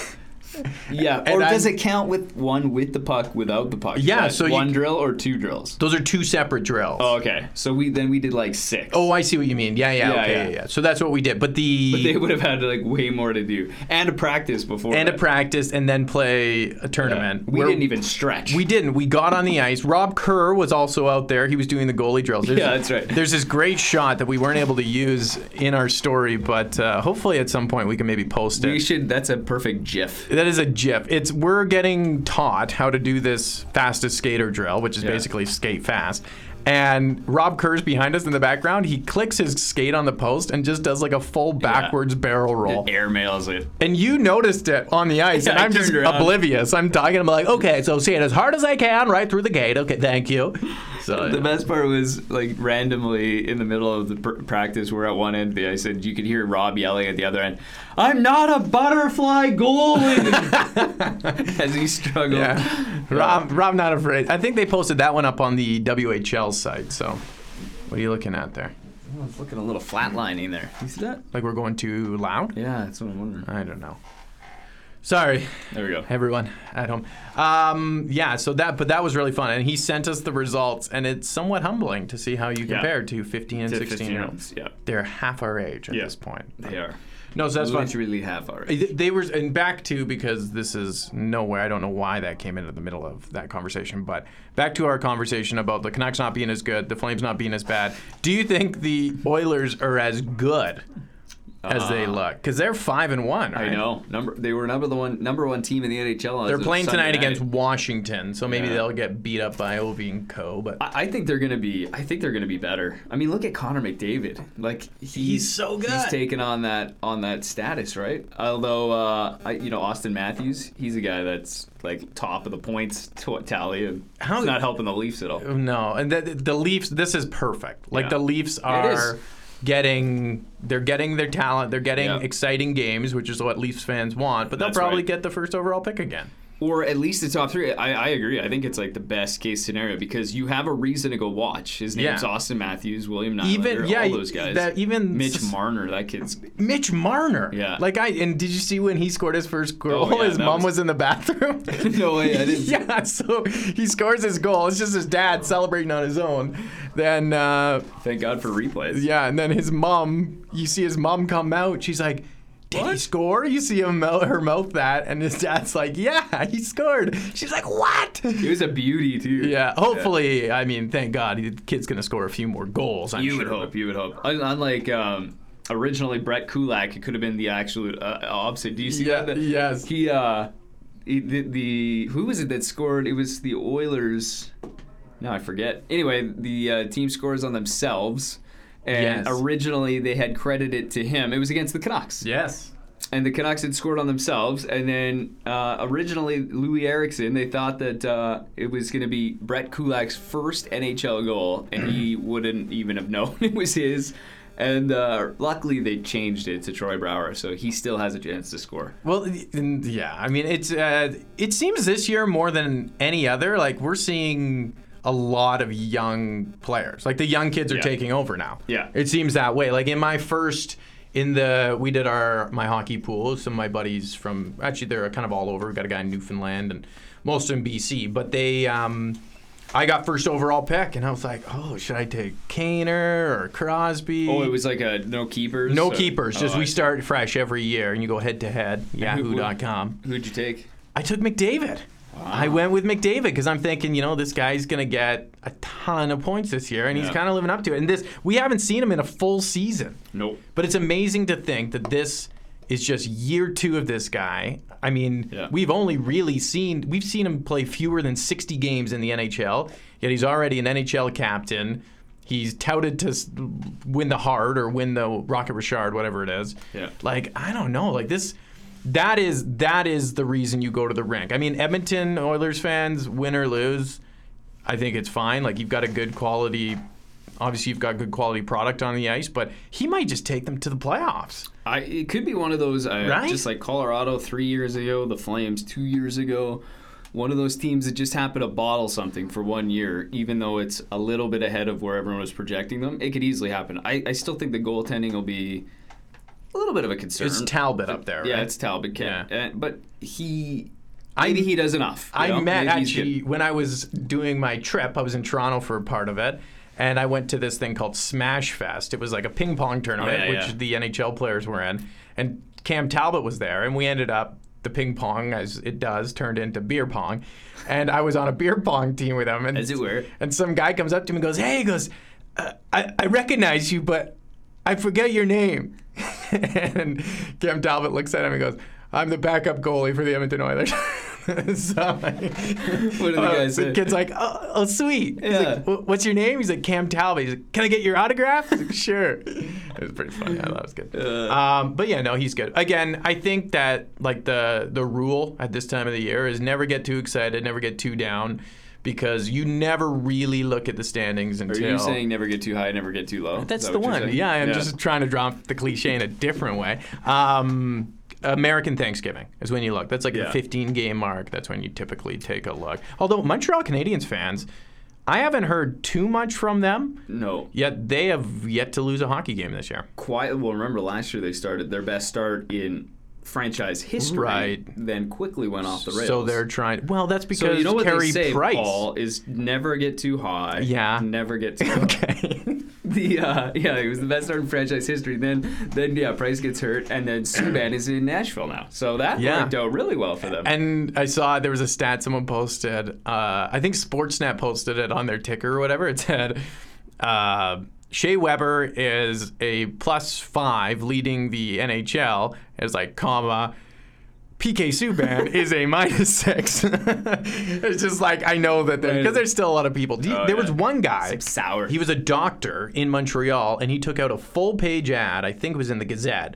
Speaker 2: Yeah.
Speaker 3: and
Speaker 2: or does
Speaker 3: I'm-
Speaker 2: it count with one with the puck, without the puck?
Speaker 3: Yeah,
Speaker 2: That
Speaker 3: so you-
Speaker 2: one drill or two drills?
Speaker 3: those are two separate drills.
Speaker 2: Oh, okay. So we then we did like six.
Speaker 3: Oh, I see what you mean. Yeah, yeah,
Speaker 2: Yeah,
Speaker 3: okay,
Speaker 2: yeah.
Speaker 3: yeah. yeah. So that's what we did. But the.
Speaker 2: They would have had like way more to do and a practice before.
Speaker 3: and a
Speaker 2: that.
Speaker 3: practice and then play a tournament.
Speaker 2: We
Speaker 3: where-
Speaker 2: didn't even stretch.
Speaker 3: We didn't. We got on the ice. Rob Kerr was also out there. He was doing the goalie drills. There's-
Speaker 2: Yeah, that's right.
Speaker 3: There's this great shot that we weren't able to use in our story, but uh, hopefully at some point we can maybe post
Speaker 2: We
Speaker 3: it.
Speaker 2: should. That's a perfect GIF.
Speaker 3: That is a GIF. It's we're getting taught how to do this fastest skater drill, which is basically skate fast. And Rob Kerr's behind us in the background. He clicks his skate on the post and just does like a full backwards barrel roll.
Speaker 2: Airmails it.
Speaker 3: And you noticed it on the ice,
Speaker 2: Yeah,
Speaker 3: and
Speaker 2: I
Speaker 3: I'm just
Speaker 2: turned around.
Speaker 3: oblivious. I'm talking. I'm like, okay, so see it as hard as I can, right through the gate. Okay, thank you. So
Speaker 2: The best part was like randomly in the middle of the pr- practice, we're at one end of the ice, and you could hear Rob yelling at the other end, "I'm not a butterfly goalie," as he struggled.
Speaker 3: yeah, Rob, Rob, not afraid. I think they posted that one up on the WHL site. So, what are you looking at there?
Speaker 2: Oh, it's looking a little flatlining there. You see that?
Speaker 3: Like we're going too loud?
Speaker 2: Yeah, that's what I'm wondering.
Speaker 3: I don't know. Sorry,
Speaker 2: There we go.
Speaker 3: everyone at home. Um, yeah, so that, but that was really fun, and he sent us the results, and it's somewhat humbling to see how you
Speaker 2: Yeah.
Speaker 3: compare to 15 and
Speaker 2: To
Speaker 3: 16 year olds.
Speaker 2: 15-year-olds, yeah.
Speaker 3: They're half our age at
Speaker 2: Yeah.
Speaker 3: this point.
Speaker 2: They are.
Speaker 3: No, so that's fun.
Speaker 2: Literally have already.
Speaker 3: Th- They were, and back to because this is nowhere. I don't know why that came into the middle of that conversation, but back to our conversation about the Canucks not being as good, the Flames not being as bad. Do you think the Oilers are as good as they look? Because they're five and one.
Speaker 2: Uh, I
Speaker 3: Right?
Speaker 2: know. Number they were number the one number one team in the NHL. as
Speaker 3: They're
Speaker 2: of
Speaker 3: playing
Speaker 2: Sunday
Speaker 3: tonight
Speaker 2: night.
Speaker 3: against Washington, so maybe
Speaker 2: Yeah.
Speaker 3: they'll get beat up by Ovi and Co. But
Speaker 2: I I think they're gonna be. I think they're gonna be better. I mean, look at Connor McDavid. Like he's,
Speaker 3: so good.
Speaker 2: He's taken on that on that status, right? Although, uh, I, you know, Austin Matthews, he's a guy that's like top of the points t- tally, and
Speaker 3: How-
Speaker 2: it's not helping the Leafs at all.
Speaker 3: No, and the, the Leafs. This is perfect. Like
Speaker 2: Yeah.
Speaker 3: the Leafs are
Speaker 2: is.
Speaker 3: getting, they're getting their talent. They're getting
Speaker 2: Yeah.
Speaker 3: exciting games, which is what Leafs fans want. But they'll
Speaker 2: That's
Speaker 3: probably
Speaker 2: right.
Speaker 3: get the first overall pick again.
Speaker 2: or at least the top three. I, I agree. I think it's like the best case scenario because you have a reason to go watch. His name's
Speaker 3: Yeah.
Speaker 2: Austin Matthews, William Nylander,
Speaker 3: Even yeah,
Speaker 2: all those guys.
Speaker 3: That even
Speaker 2: Mitch
Speaker 3: s-
Speaker 2: Marner, that kid's
Speaker 3: Mitch Marner.
Speaker 2: Yeah. Oh,
Speaker 3: Like I and did you see when he scored his first goal?
Speaker 2: yeah,
Speaker 3: his
Speaker 2: that
Speaker 3: mom was...
Speaker 2: was-
Speaker 3: in the bathroom.
Speaker 2: no way. I didn't.
Speaker 3: yeah. So he scores his goal. It's just his dad celebrating on his own. Then. Uh,
Speaker 2: Thank God for replays.
Speaker 3: Yeah, and then his mom, you see his mom come out. She's like, "Did he
Speaker 2: What?
Speaker 3: score?" You see him mel- her mouth that, and his dad's like, "Yeah, he scored." She's like, "What?"
Speaker 2: It was a beauty too.
Speaker 3: Yeah, hopefully, I mean, thank God, the kid's gonna score a few more goals. I'm
Speaker 2: You
Speaker 3: sure.
Speaker 2: would hope. You would hope. Un- Unlike um, originally Brett Kulak, it could have been the actual uh, opposite. Do you see
Speaker 3: Yeah,
Speaker 2: that?
Speaker 3: yes.
Speaker 2: He. Uh, he the, the who was it that scored? It was the Oilers. Now I forget. Anyway, the uh, team scores on themselves. And
Speaker 3: Yes.
Speaker 2: originally they had credited to him. It was against the Canucks.
Speaker 3: Yes.
Speaker 2: And the Canucks had scored on themselves. And then uh, originally Louis Erickson, they thought that uh, it was going to be Brett Kulak's first NHL goal, and he wouldn't even have known it was his. And uh, luckily they changed it to Troy Brower, so he still has a chance to score.
Speaker 3: Well, and- yeah. I mean, it's uh, it seems this year more than any other. Like we're seeing a lot of young players. Like the young kids are
Speaker 2: Yeah.
Speaker 3: taking over now.
Speaker 2: Yeah.
Speaker 3: it seems that way. Like in my first. In the we did our my hockey pool. Some of my buddies from actually they're kind of all over. We got a guy in Newfoundland and most in BC. But they, um, I got first overall pick, and I was like, oh, should I take Kaner or Crosby?
Speaker 2: Oh, it was like a no keepers.
Speaker 3: no
Speaker 2: so-
Speaker 3: keepers. Just
Speaker 2: Oh, I
Speaker 3: we
Speaker 2: see.
Speaker 3: start fresh every year, and you go head to head.
Speaker 2: who-
Speaker 3: Yahoo.com.
Speaker 2: Who'd you take?
Speaker 3: I took McDavid. I went with McDavid because I'm thinking, you know, this guy's gonna get a ton of points this year, and he's
Speaker 2: Yeah.
Speaker 3: kind of living up to it. And this, we haven't seen him in a full season,
Speaker 2: Nope.
Speaker 3: but it's amazing to think that this is just year two of this guy. I mean,
Speaker 2: Yeah.
Speaker 3: we've only really seen we've seen him play fewer than 60 games in the NHL, yet he's already an NHL captain. He's touted to s- win the Hart or win the Rocket Richard, whatever it is.
Speaker 2: Yeah.
Speaker 3: Like I don't know, like this. that is that is the reason you go to the rink. I mean, Edmonton Oilers fans, win or lose, I think it's fine. Like you've got a good quality. Obviously, you've got good quality product on the ice, but he might just take them to the playoffs.
Speaker 2: I, it could be one of those, uh,
Speaker 3: Right?
Speaker 2: just like Colorado three years ago, the Flames two years ago. One of those teams that just happened to bottle something for one year, even though it's a little bit ahead of where everyone was projecting them. It could easily happen. I, I still think the goaltending will be a little bit of a concern.
Speaker 3: It's Talbot up there.
Speaker 2: Yeah,
Speaker 3: right?
Speaker 2: it's Talbot. Ken. Uh, but he,
Speaker 3: I-
Speaker 2: maybe he does enough. you
Speaker 3: I
Speaker 2: know?
Speaker 3: met
Speaker 2: Maybe he's good.
Speaker 3: actually when I was doing my trip. I was in Toronto for a part of it, and I went to this thing called Smash Fest. It was like a ping pong tournament,
Speaker 2: Oh, yeah,
Speaker 3: which
Speaker 2: yeah.
Speaker 3: the NHL players were in, and Cam Talbot was there, and we ended up. The ping pong, as it does, turned into beer pong, and I was on a beer pong team with him. And,
Speaker 2: As it were.
Speaker 3: And some guy comes up to me and goes, "Hey," he goes, uh, I, "I recognize you, but I forget your name." and Cam Talbot looks at him and goes, "I'm the backup goalie for the Edmonton Oilers." uh, so,
Speaker 2: What did the guy say?
Speaker 3: kid's like, oh, oh sweet. He's
Speaker 2: Yeah.
Speaker 3: like, "Wh- what's your name? He's like, Cam Talbot. He's like, can I get your autograph? He's like, sure. It was pretty funny. I thought it was good. Um, but yeah, no, he's good. Again, I think that like the the rule at this time of the year is never get too excited, never get too down, because you never really look at the standings
Speaker 2: Are
Speaker 3: until.
Speaker 2: you saying never get too high, never get too low? Is
Speaker 3: That's
Speaker 2: that
Speaker 3: the
Speaker 2: what you're
Speaker 3: one.
Speaker 2: saying?
Speaker 3: Yeah, I'm just trying to drop the cliche in a different way. Um, American Thanksgiving is when you look. That's like
Speaker 2: Yeah.
Speaker 3: the 15 game mark. That's when you typically take a look. Although Montreal Canadiens fans, I haven't heard too much from them.
Speaker 2: no.
Speaker 3: Yet they have yet to lose a hockey game this year.
Speaker 2: quiet. Well, remember last year they started their best start in franchise history.
Speaker 3: Right.
Speaker 2: Then quickly went off the rails.
Speaker 3: So they're trying. Well, that's because
Speaker 2: So you know what
Speaker 3: Carey
Speaker 2: they say,
Speaker 3: Price.
Speaker 2: Paul, is never get too high.
Speaker 3: Yeah.
Speaker 2: Never get too low.
Speaker 3: Okay.
Speaker 2: The uh, yeah, it was the best start in franchise history. Then then yeah, Price gets hurt, and then Subban is in Nashville now. So that
Speaker 3: Yeah.
Speaker 2: worked out really well for them.
Speaker 3: And I saw there was a stat someone posted. Uh, I think Sportsnet posted it on their ticker or whatever. It said uh, Shea Weber is a plus five leading the NHL. It's like comma. PK Subban is a minus six. it's just like I know that there because there's still a lot of people. Do you-
Speaker 2: Oh,
Speaker 3: there
Speaker 2: yeah.
Speaker 3: was one guy.
Speaker 2: Some sour.
Speaker 3: He was a doctor in Montreal, and he took out a full page ad. I think it was in the Gazette,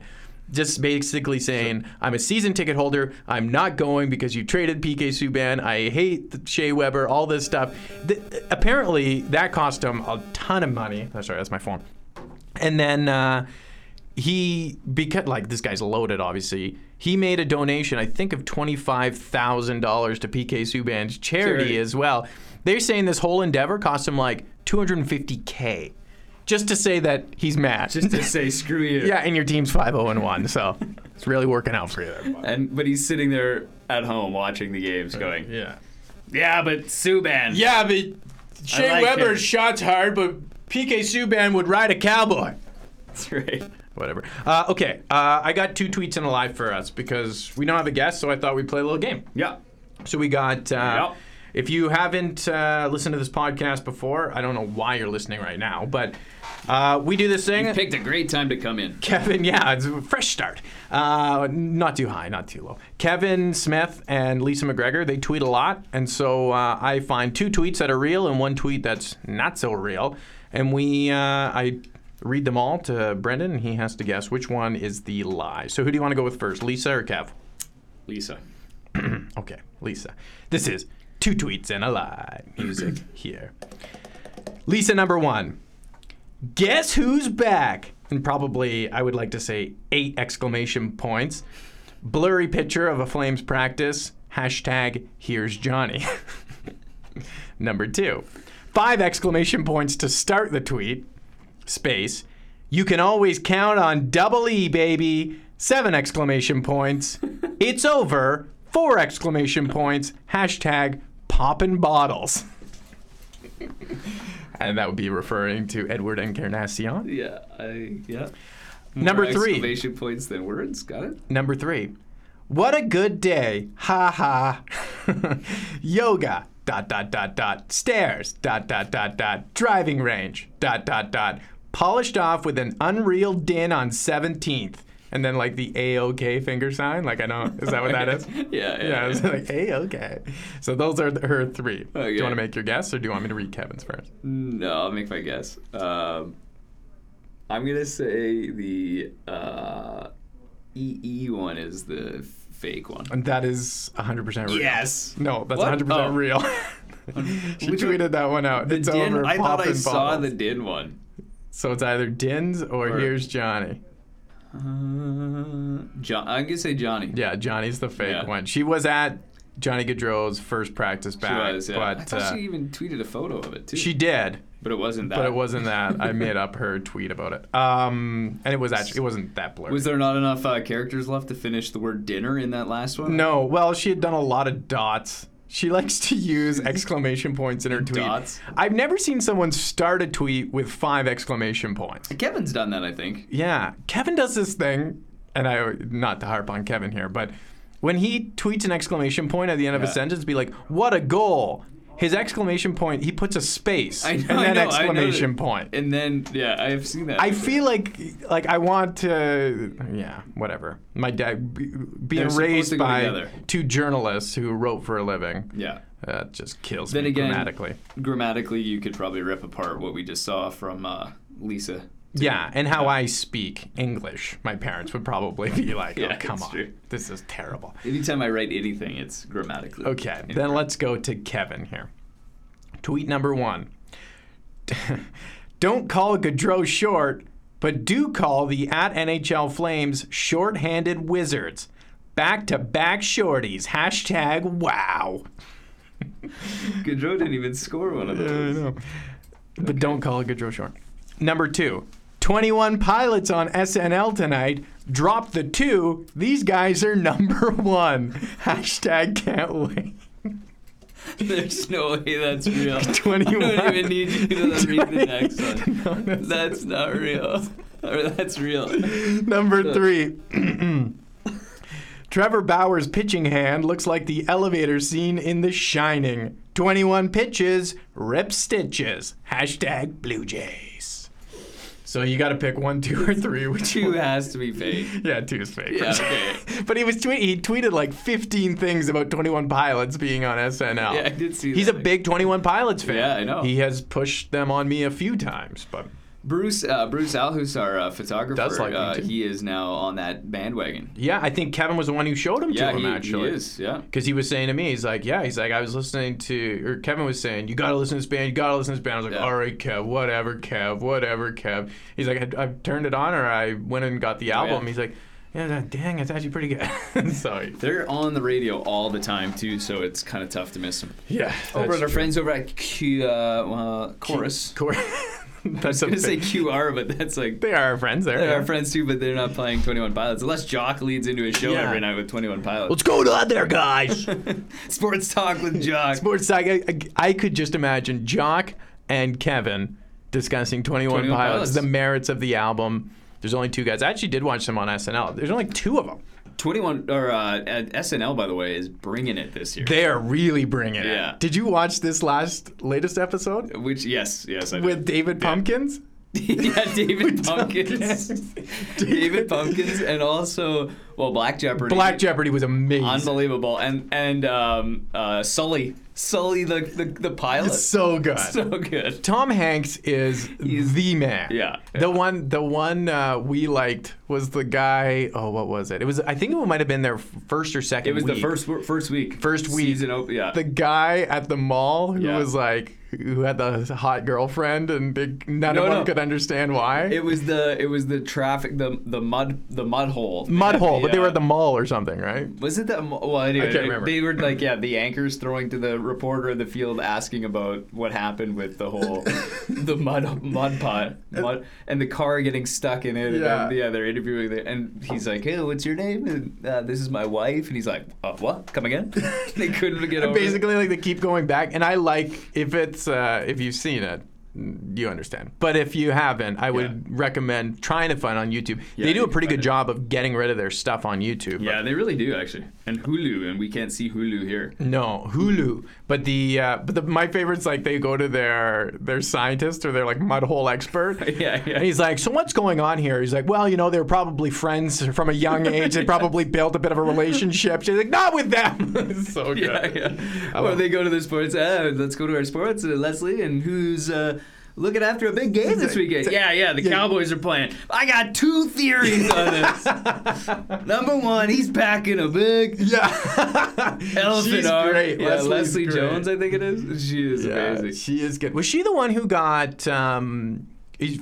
Speaker 3: just basically saying, "I'm a season ticket holder. I'm not going because you traded PK Subban. I hate Shea Weber. All this stuff." Th- apparently, that cost him a ton of money. Oh, sorry, that's my phone. And then uh, he because like this guy's loaded, obviously. He made a donation, I think, of twenty five thousand dollars to PK Subban's charity,
Speaker 2: Charity.
Speaker 3: as well. They're saying this whole endeavor cost him like two hundred and fifty k, just to say that he's mad.
Speaker 2: just to say screw you.
Speaker 3: yeah, and your team's five zero and one, so it's really working out for you. There, bud.
Speaker 2: And but he's sitting there at home watching the games, going, yeah,
Speaker 3: yeah.
Speaker 2: but Subban.
Speaker 3: Yeah, but Shea
Speaker 2: like
Speaker 3: Weber's
Speaker 2: him.
Speaker 3: shots hard, but PK Subban would ride a cowboy.
Speaker 2: that's right.
Speaker 3: Whatever. Uh, okay, uh, I got two tweets and a live for us because we don't have a guest, so I thought we'd play a little game.
Speaker 2: Yeah.
Speaker 3: So we got. Uh,
Speaker 2: Yep.
Speaker 3: If you haven't uh, listened to this podcast before, I don't know why you're listening right now, but uh, we do this thing.
Speaker 2: Picked a great time to come in.
Speaker 3: Kevin, yeah, it's a fresh start. Uh, not too high, not too low. Kevin Smith and Lisa McGregor, they tweet a lot. And so uh, I find two tweets that are real and one tweet that's not so real. And we, uh, I read them all to Brendan, and he has to guess which one is the lie. So who do you want to go with first, Lisa or Kev?
Speaker 2: Lisa.
Speaker 3: Okay, Lisa. This is two tweets and a lie music here. Lisa number one. Guess who's back? And probably I would like to say eight exclamation points. Blurry picture of a Flames practice. Hashtag here's Johnny. number two. Five exclamation points to start the tweet. Space. You can always count on double E, baby. Seven exclamation points. it's over. Four exclamation points. Hashtag poppin' bottles. and that would be referring to Edward Encarnacion.
Speaker 2: Yeah, I yeah.
Speaker 3: Number
Speaker 2: More
Speaker 3: three.
Speaker 2: Exclamation points than words. Got it.
Speaker 3: Number three. What a good day. Ha ha. Yoga. Dot dot dot dot. Stairs. Dot dot dot dot. Driving range. Dot dot dot. Polished off with an unreal din on 17th. And then like the AOK finger sign. Like I don't. Is that what that is?
Speaker 2: Yeah, yeah,
Speaker 3: Yeah. It's like AOK. So those are the- her three. Do
Speaker 2: Okay.
Speaker 3: you want to make your guess or do you want me to read Kevin's first?
Speaker 2: No, I'll make my guess. Um, I'm gonna say the uh, EE one is the fake one.
Speaker 3: And that is 100% real.
Speaker 2: Yes.
Speaker 3: No, that's
Speaker 2: What?
Speaker 3: 100%
Speaker 2: Oh.
Speaker 3: real. she
Speaker 2: Which
Speaker 3: tweeted that one out. It's
Speaker 2: Din-
Speaker 3: over.
Speaker 2: I thought I
Speaker 3: poppin'
Speaker 2: saw
Speaker 3: bottles.
Speaker 2: the Din one.
Speaker 3: So it's either Dins or, Here's Johnny.
Speaker 2: Uh, John, I'm gonna say Johnny.
Speaker 3: Yeah, Johnny's the fake
Speaker 2: Yeah.
Speaker 3: one. She was at Johnny Gaudreau's first practice
Speaker 2: She
Speaker 3: back,
Speaker 2: was, yeah. I
Speaker 3: but
Speaker 2: thought
Speaker 3: uh,
Speaker 2: she even tweeted a photo of it too.
Speaker 3: she did.
Speaker 2: but it wasn't that.
Speaker 3: But it wasn't that. I made up her tweet about it. Um, and it was actually it wasn't that blurry.
Speaker 2: Was there not enough uh, characters left to finish the word dinner in that last one?
Speaker 3: No, well, she had done a lot of dots. She likes to use exclamation points in her tweet.
Speaker 2: Dots?
Speaker 3: I've never seen someone start a tweet with five exclamation points.
Speaker 2: Kevin's done that, I think.
Speaker 3: Yeah, Kevin does this thing, and I not to harp on Kevin here, but when he tweets an exclamation point at the end of a
Speaker 2: Yeah.
Speaker 3: sentence, be like, "What a goal!" His exclamation point, he puts a space
Speaker 2: I know,
Speaker 3: and
Speaker 2: I
Speaker 3: then
Speaker 2: know, I know
Speaker 3: exclamation
Speaker 2: that.
Speaker 3: point.
Speaker 2: And then, yeah, I have seen that.
Speaker 3: I feel like like I want to yeah whatever my dad be- being
Speaker 2: They're supposed
Speaker 3: raised
Speaker 2: to go
Speaker 3: by
Speaker 2: together.
Speaker 3: two journalists who wrote for a living
Speaker 2: Yeah.
Speaker 3: that just kills
Speaker 2: Then
Speaker 3: me
Speaker 2: again-
Speaker 3: dramatically.
Speaker 2: Grammatically, you could probably rip apart what we just saw from uh, Lisa.
Speaker 3: Yeah, and how I speak English, my parents would probably be like,
Speaker 2: Yeah,
Speaker 3: "Oh, come
Speaker 2: it's
Speaker 3: on,
Speaker 2: true.
Speaker 3: this is terrible."
Speaker 2: Anytime I write anything, it's grammatically.
Speaker 3: Okay, then let's go to Kevin here. Tweet number one: Don't call Gaudreau short, but do call the at NHL Flames shorthanded wizards. Back to back shorties. Hashtag wow.
Speaker 2: Gaudreau didn't even score one of those.
Speaker 3: But don't call it Gaudreau short. Number two, 21 pilots on SNL tonight. Drop the two. These guys are number one. Hashtag can't wait.
Speaker 2: There's no way that's real.
Speaker 3: 21.
Speaker 2: I don't even need you to read the
Speaker 3: 20.
Speaker 2: next one.
Speaker 3: No, that's-
Speaker 2: That's not real. Or that's real.
Speaker 3: Number three. Trevor Bauer's pitching hand looks like the elevator scene in The Shining. 21 pitches, rip stitches. Hashtag Blue Jays. So you got to pick one, two, or three. Which
Speaker 2: Two
Speaker 3: one?
Speaker 2: has to be fake.
Speaker 3: Yeah, two is fake.
Speaker 2: Yeah, okay.
Speaker 3: but he was tweet- he tweeted like 15 things about 21 Pilots being on SNL.
Speaker 2: Yeah, I did see
Speaker 3: He's
Speaker 2: that.
Speaker 3: a big 21 Pilots fan.
Speaker 2: Yeah, I know.
Speaker 3: He has pushed them on me a few times, but
Speaker 2: Bruce uh, Bruce Alhus, our uh, photographer,
Speaker 3: Does like me
Speaker 2: uh,
Speaker 3: too.
Speaker 2: he is now on that bandwagon.
Speaker 3: yeah, I think Kevin was the one who showed him
Speaker 2: Yeah,
Speaker 3: to him
Speaker 2: he,
Speaker 3: actually.
Speaker 2: he is. Yeah.
Speaker 3: Because he was saying to me, he's like, yeah, he's like, I was listening to, or Kevin was saying, you gotta listen to this band, you gotta listen to this band. I was like,
Speaker 2: Yeah.
Speaker 3: all right, Kev, whatever, Kev, whatever, Kev. He's like, I, I turned it on, or I went and got the
Speaker 2: Oh, yeah.
Speaker 3: album. He's like, yeah, that- dang, it's actually pretty good. Sorry.
Speaker 2: They're on the radio all the time too, so it's kind of tough to miss them.
Speaker 3: Yeah.
Speaker 2: Over
Speaker 3: that's
Speaker 2: at our
Speaker 3: true.
Speaker 2: friends over at Q uh, uh, Chorus.
Speaker 3: Cor- that's
Speaker 2: I
Speaker 3: a
Speaker 2: was gonna say
Speaker 3: big-
Speaker 2: QR, but that's like
Speaker 3: They are our friends there.
Speaker 2: they're
Speaker 3: yeah.
Speaker 2: our friends too, but they're not playing Twenty One Pilots unless Jock leads into a show
Speaker 3: Yeah.
Speaker 2: every night with Twenty One Pilots.
Speaker 3: Let's go down there, guys.
Speaker 2: Sports talk with Jock.
Speaker 3: Sports Psych, I, I, I could just imagine Jock and Kevin discussing 21,
Speaker 2: 21
Speaker 3: Pilots,
Speaker 2: Pilots.
Speaker 3: the merits of the album. There's only two guys. I actually did watch them on SNL. There's only two of them.
Speaker 2: Twenty One or uh, at SNL by the way is bringing it this year.
Speaker 3: They are really bringing it.
Speaker 2: Yeah.
Speaker 3: Did you watch this last latest episode
Speaker 2: Which yes, yes, I did.
Speaker 3: with David Pumpkins?
Speaker 2: yeah, David Pumpkins. David Pumpkins, and also well, Black Jeopardy.
Speaker 3: Black Jeopardy was amazing.
Speaker 2: Unbelievable, and and um, uh, Sully, Sully the the, the pilot,
Speaker 3: So good.
Speaker 2: so good.
Speaker 3: Tom Hanks is the man.
Speaker 2: yeah, yeah.
Speaker 3: The one, the one uh, we liked was the guy. Oh, what was it? It was. I think it might have been their first or second.
Speaker 2: It was the
Speaker 3: week.
Speaker 2: first wo- first week,
Speaker 3: First week.
Speaker 2: season. Op- yeah,
Speaker 3: The guy at the mall who
Speaker 2: Yeah.
Speaker 3: was like, who had the hot girlfriend, and they, none
Speaker 2: No,
Speaker 3: of them
Speaker 2: no.
Speaker 3: could understand why.
Speaker 2: it was the it was the traffic the the mud the mud hole
Speaker 3: Mud hole, but they were
Speaker 2: uh,
Speaker 3: at the mall or something, right?
Speaker 2: Was it that? Well, anyway,
Speaker 3: can't
Speaker 2: they-
Speaker 3: remember.
Speaker 2: they were like, yeah, the anchors throwing to the reporter in the field, asking about what happened with the whole the mud mud pot, mud, and the car getting stuck in it. And
Speaker 3: Yeah.
Speaker 2: then, yeah, they're interviewing, the, and he's like, "Hey, what's your name?" And uh, this is my wife, and he's like, uh, "What? Come again?" they couldn't get over. it.
Speaker 3: Basically, like they keep going back, and I like if it's uh, if you've seen it. You understand, but if you haven't, I would recommend trying to find on YouTube.
Speaker 2: Yeah,
Speaker 3: they do
Speaker 2: you
Speaker 3: a pretty
Speaker 2: can
Speaker 3: good
Speaker 2: find it.
Speaker 3: job of getting rid of their stuff on YouTube.
Speaker 2: Yeah, they really do actually. And Hulu, and we can't see Hulu here.
Speaker 3: No, Hulu. But the uh, but the, my favorite's like they go to their their scientist or their like mud hole expert.
Speaker 2: Yeah, yeah.
Speaker 3: And he's like, so what's going on here? He's like, well, you know, they're probably friends from a young age. They probably built a bit of a relationship. She's like, not with them. It's
Speaker 2: Oh,
Speaker 3: so good.
Speaker 2: yeah, yeah. Or
Speaker 3: love-
Speaker 2: they go to the sports. Uh, let's go to our sports. Uh, Leslie, and who's uh, looking after a big game this weekend. Yeah, yeah, the Cowboys are playing. I got two theories on this. Number one, he's packing a big
Speaker 3: Yeah.
Speaker 2: elephant
Speaker 3: She's
Speaker 2: arm.
Speaker 3: great.
Speaker 2: Yeah,
Speaker 3: Leslie's
Speaker 2: Leslie
Speaker 3: great.
Speaker 2: Jones, I think it is. She is amazing.
Speaker 3: she is good. Was she the one who got um,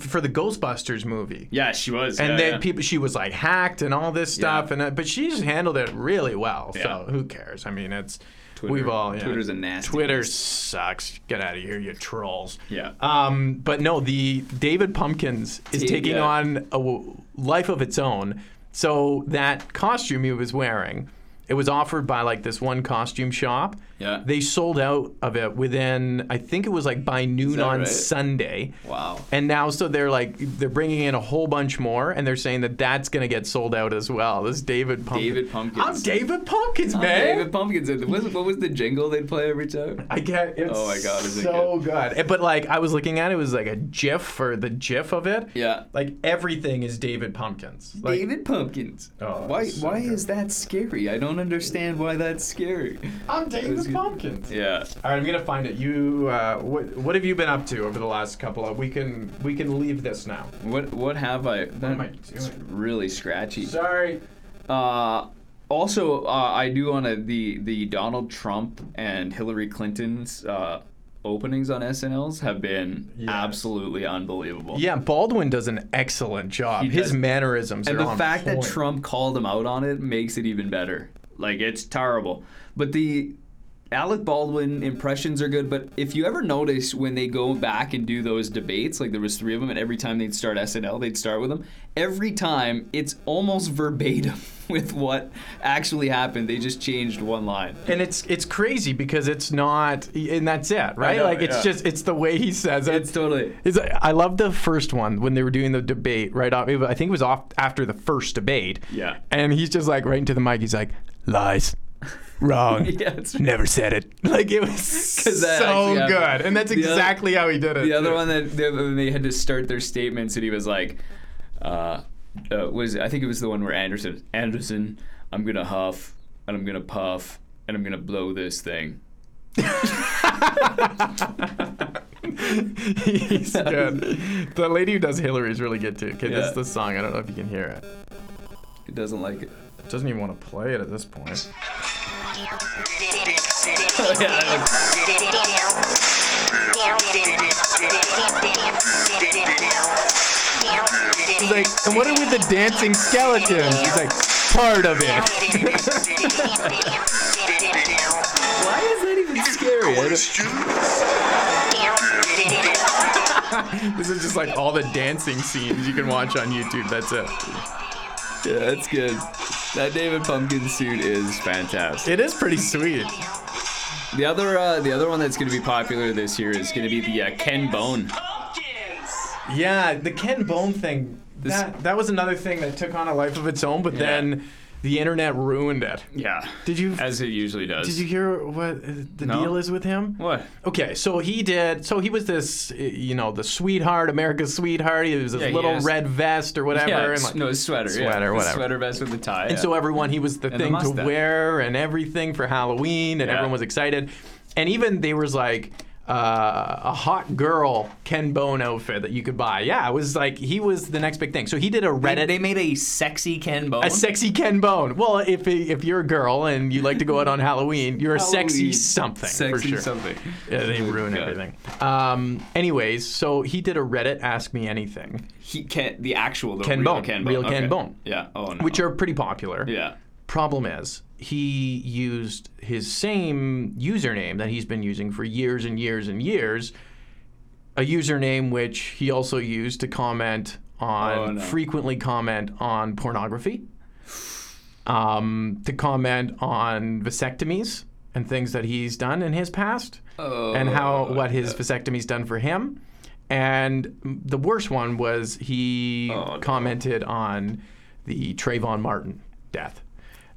Speaker 3: for the Ghostbusters movie?
Speaker 2: Yeah, she was.
Speaker 3: And
Speaker 2: yeah,
Speaker 3: then
Speaker 2: yeah.
Speaker 3: people, she was like hacked and all this stuff, and uh, but she's handled it really well.
Speaker 2: Yeah.
Speaker 3: So who cares? I mean, it's
Speaker 2: Twitter-
Speaker 3: we've all yeah.
Speaker 2: Twitter's a nasty
Speaker 3: Twitter sucks. Get out of here, you trolls.
Speaker 2: Yeah.
Speaker 3: Um, but no, the David Pumpkins is
Speaker 2: Yeah.
Speaker 3: taking on a w- life of its own. So that costume he was wearing, it was offered by like this one costume shop.
Speaker 2: Yeah.
Speaker 3: They sold out of it within, I think it was like by noon
Speaker 2: that
Speaker 3: on
Speaker 2: right?
Speaker 3: Sunday.
Speaker 2: Wow.
Speaker 3: And now, so they're like, they're bringing in a whole bunch more, and they're saying that that's going to get sold out as well. This David Pumpkins.
Speaker 2: David Pumpkins.
Speaker 3: I'm David Pumpkins, man.
Speaker 2: David Pumpkins. What was, what was the jingle they'd play every time?
Speaker 3: I can't. It's
Speaker 2: Oh my God, is it
Speaker 3: so good. Eh, But like, I was looking at it, it was like a GIF or the GIF of it.
Speaker 2: Yeah.
Speaker 3: Like everything is David Pumpkins. Like,
Speaker 2: David Pumpkins.
Speaker 3: Oh,
Speaker 2: why
Speaker 3: that's so
Speaker 2: why
Speaker 3: good.
Speaker 2: is that scary? I don't understand why that's scary.
Speaker 3: I'm
Speaker 2: was
Speaker 3: David
Speaker 2: good.
Speaker 3: Pumpkins.
Speaker 2: Yeah.
Speaker 3: All right, I'm gonna find it. You, uh, what, what have you been up to over the last couple of? We can we can leave this now.
Speaker 2: What what have I What
Speaker 3: am I doing?
Speaker 2: Really scratchy.
Speaker 3: Sorry.
Speaker 2: Uh, also, uh, I do want to the the Donald Trump and Hillary Clinton's uh, openings on SNLs have been absolutely unbelievable.
Speaker 3: Yeah, Baldwin does an excellent job.
Speaker 2: He
Speaker 3: His
Speaker 2: does.
Speaker 3: mannerisms
Speaker 2: and
Speaker 3: are
Speaker 2: the
Speaker 3: on
Speaker 2: fact that
Speaker 3: point.
Speaker 2: Trump called him out on it makes it even better. Like it's terrible, but the Alec Baldwin impressions are good. But if you ever notice when they go back and do those debates, like there was three of them, and every time they'd start SNL, they'd start with them. Every time, it's almost verbatim with what actually happened. They just changed one line.
Speaker 3: and it's it's crazy because it's not, and that's it, right?
Speaker 2: know,
Speaker 3: like it's
Speaker 2: yeah.
Speaker 3: just it's the way he says it.
Speaker 2: It's totally.
Speaker 3: It's, I love the first one when they were doing the debate right off. I think it was off after the first debate.
Speaker 2: Yeah.
Speaker 3: And he's just like right into the mic. He's like, lies, wrong,
Speaker 2: Yeah, it's-
Speaker 3: never said it. Like it was
Speaker 2: 'Cause that
Speaker 3: so
Speaker 2: actually
Speaker 3: good,
Speaker 2: happened.
Speaker 3: and that's
Speaker 2: The other-
Speaker 3: exactly how he did it.
Speaker 2: The other one that the, when they had to start their statements, and he was like, uh, uh, "Was I think it was the one where Anderson, Anderson, I'm gonna huff and I'm gonna puff and I'm gonna blow this thing."
Speaker 3: he's good. The lady who does Hillary is really good too. Okay, this
Speaker 2: Yeah.
Speaker 3: is the song. I don't know if you can hear it.
Speaker 2: He doesn't like it.
Speaker 3: Doesn't even want to play it at this point. He's like, and what are with the dancing skeletons? He's like, part of it.
Speaker 2: Why is that even scary? I don't-
Speaker 3: This is just like all the dancing scenes you can watch on YouTube. That's it.
Speaker 2: Yeah, that's good. That David Pumpkin suit is fantastic.
Speaker 3: It is pretty sweet.
Speaker 2: The other, uh, the other one that's gonna be popular this year is gonna be the uh, Ken Bone.
Speaker 3: Yeah, the Ken Bone thing. That, that was another thing that took on a life of its own, but then the internet ruined it.
Speaker 2: Yeah.
Speaker 3: Did you
Speaker 2: As it usually does.
Speaker 3: did you hear what uh, the
Speaker 2: No.
Speaker 3: deal is with him?
Speaker 2: What?
Speaker 3: Okay, so he did. So he was this, uh, you know, the sweetheart, America's sweetheart. He was this
Speaker 2: Yeah, he
Speaker 3: little
Speaker 2: is.
Speaker 3: red vest or whatever.
Speaker 2: Yeah,
Speaker 3: and
Speaker 2: s-
Speaker 3: like,
Speaker 2: no, his sweater. yeah.
Speaker 3: Sweater,
Speaker 2: His
Speaker 3: whatever.
Speaker 2: Sweater vest with the tie.
Speaker 3: And so everyone, he was the
Speaker 2: the
Speaker 3: thing to
Speaker 2: mustache.
Speaker 3: wear and everything for Halloween, and
Speaker 2: Yeah.
Speaker 3: everyone was excited. And even there was like uh, a hot girl Ken Bone outfit that you could buy. Yeah, it was like he was the next big thing. So he did a Reddit.
Speaker 2: They, they made a sexy Ken Bone.
Speaker 3: a sexy Ken Bone. Well, if if you're a girl and you like to go out on Halloween, you're a sexy
Speaker 2: Halloween.
Speaker 3: something for
Speaker 2: Sexy
Speaker 3: sure.
Speaker 2: something.
Speaker 3: Yeah, they ruin
Speaker 2: God.
Speaker 3: everything. Um, anyways, so he did a Reddit Ask Me Anything,
Speaker 2: He Ken, the actual the
Speaker 3: Ken
Speaker 2: real
Speaker 3: Bone.
Speaker 2: Ken Bone.
Speaker 3: Real Ken
Speaker 2: Okay.
Speaker 3: Bone.
Speaker 2: Yeah. Oh no.
Speaker 3: which are pretty popular.
Speaker 2: yeah.
Speaker 3: Problem is, he used his same username that he's been using for years and years and years, a username which he also used to comment on,
Speaker 2: Oh, no.
Speaker 3: frequently comment on pornography, um, to comment on vasectomies and things that he's done in his past, and how
Speaker 2: Oh,
Speaker 3: what his vasectomy's done for him. And the worst one was he
Speaker 2: Oh, no.
Speaker 3: commented on the Trayvon Martin death,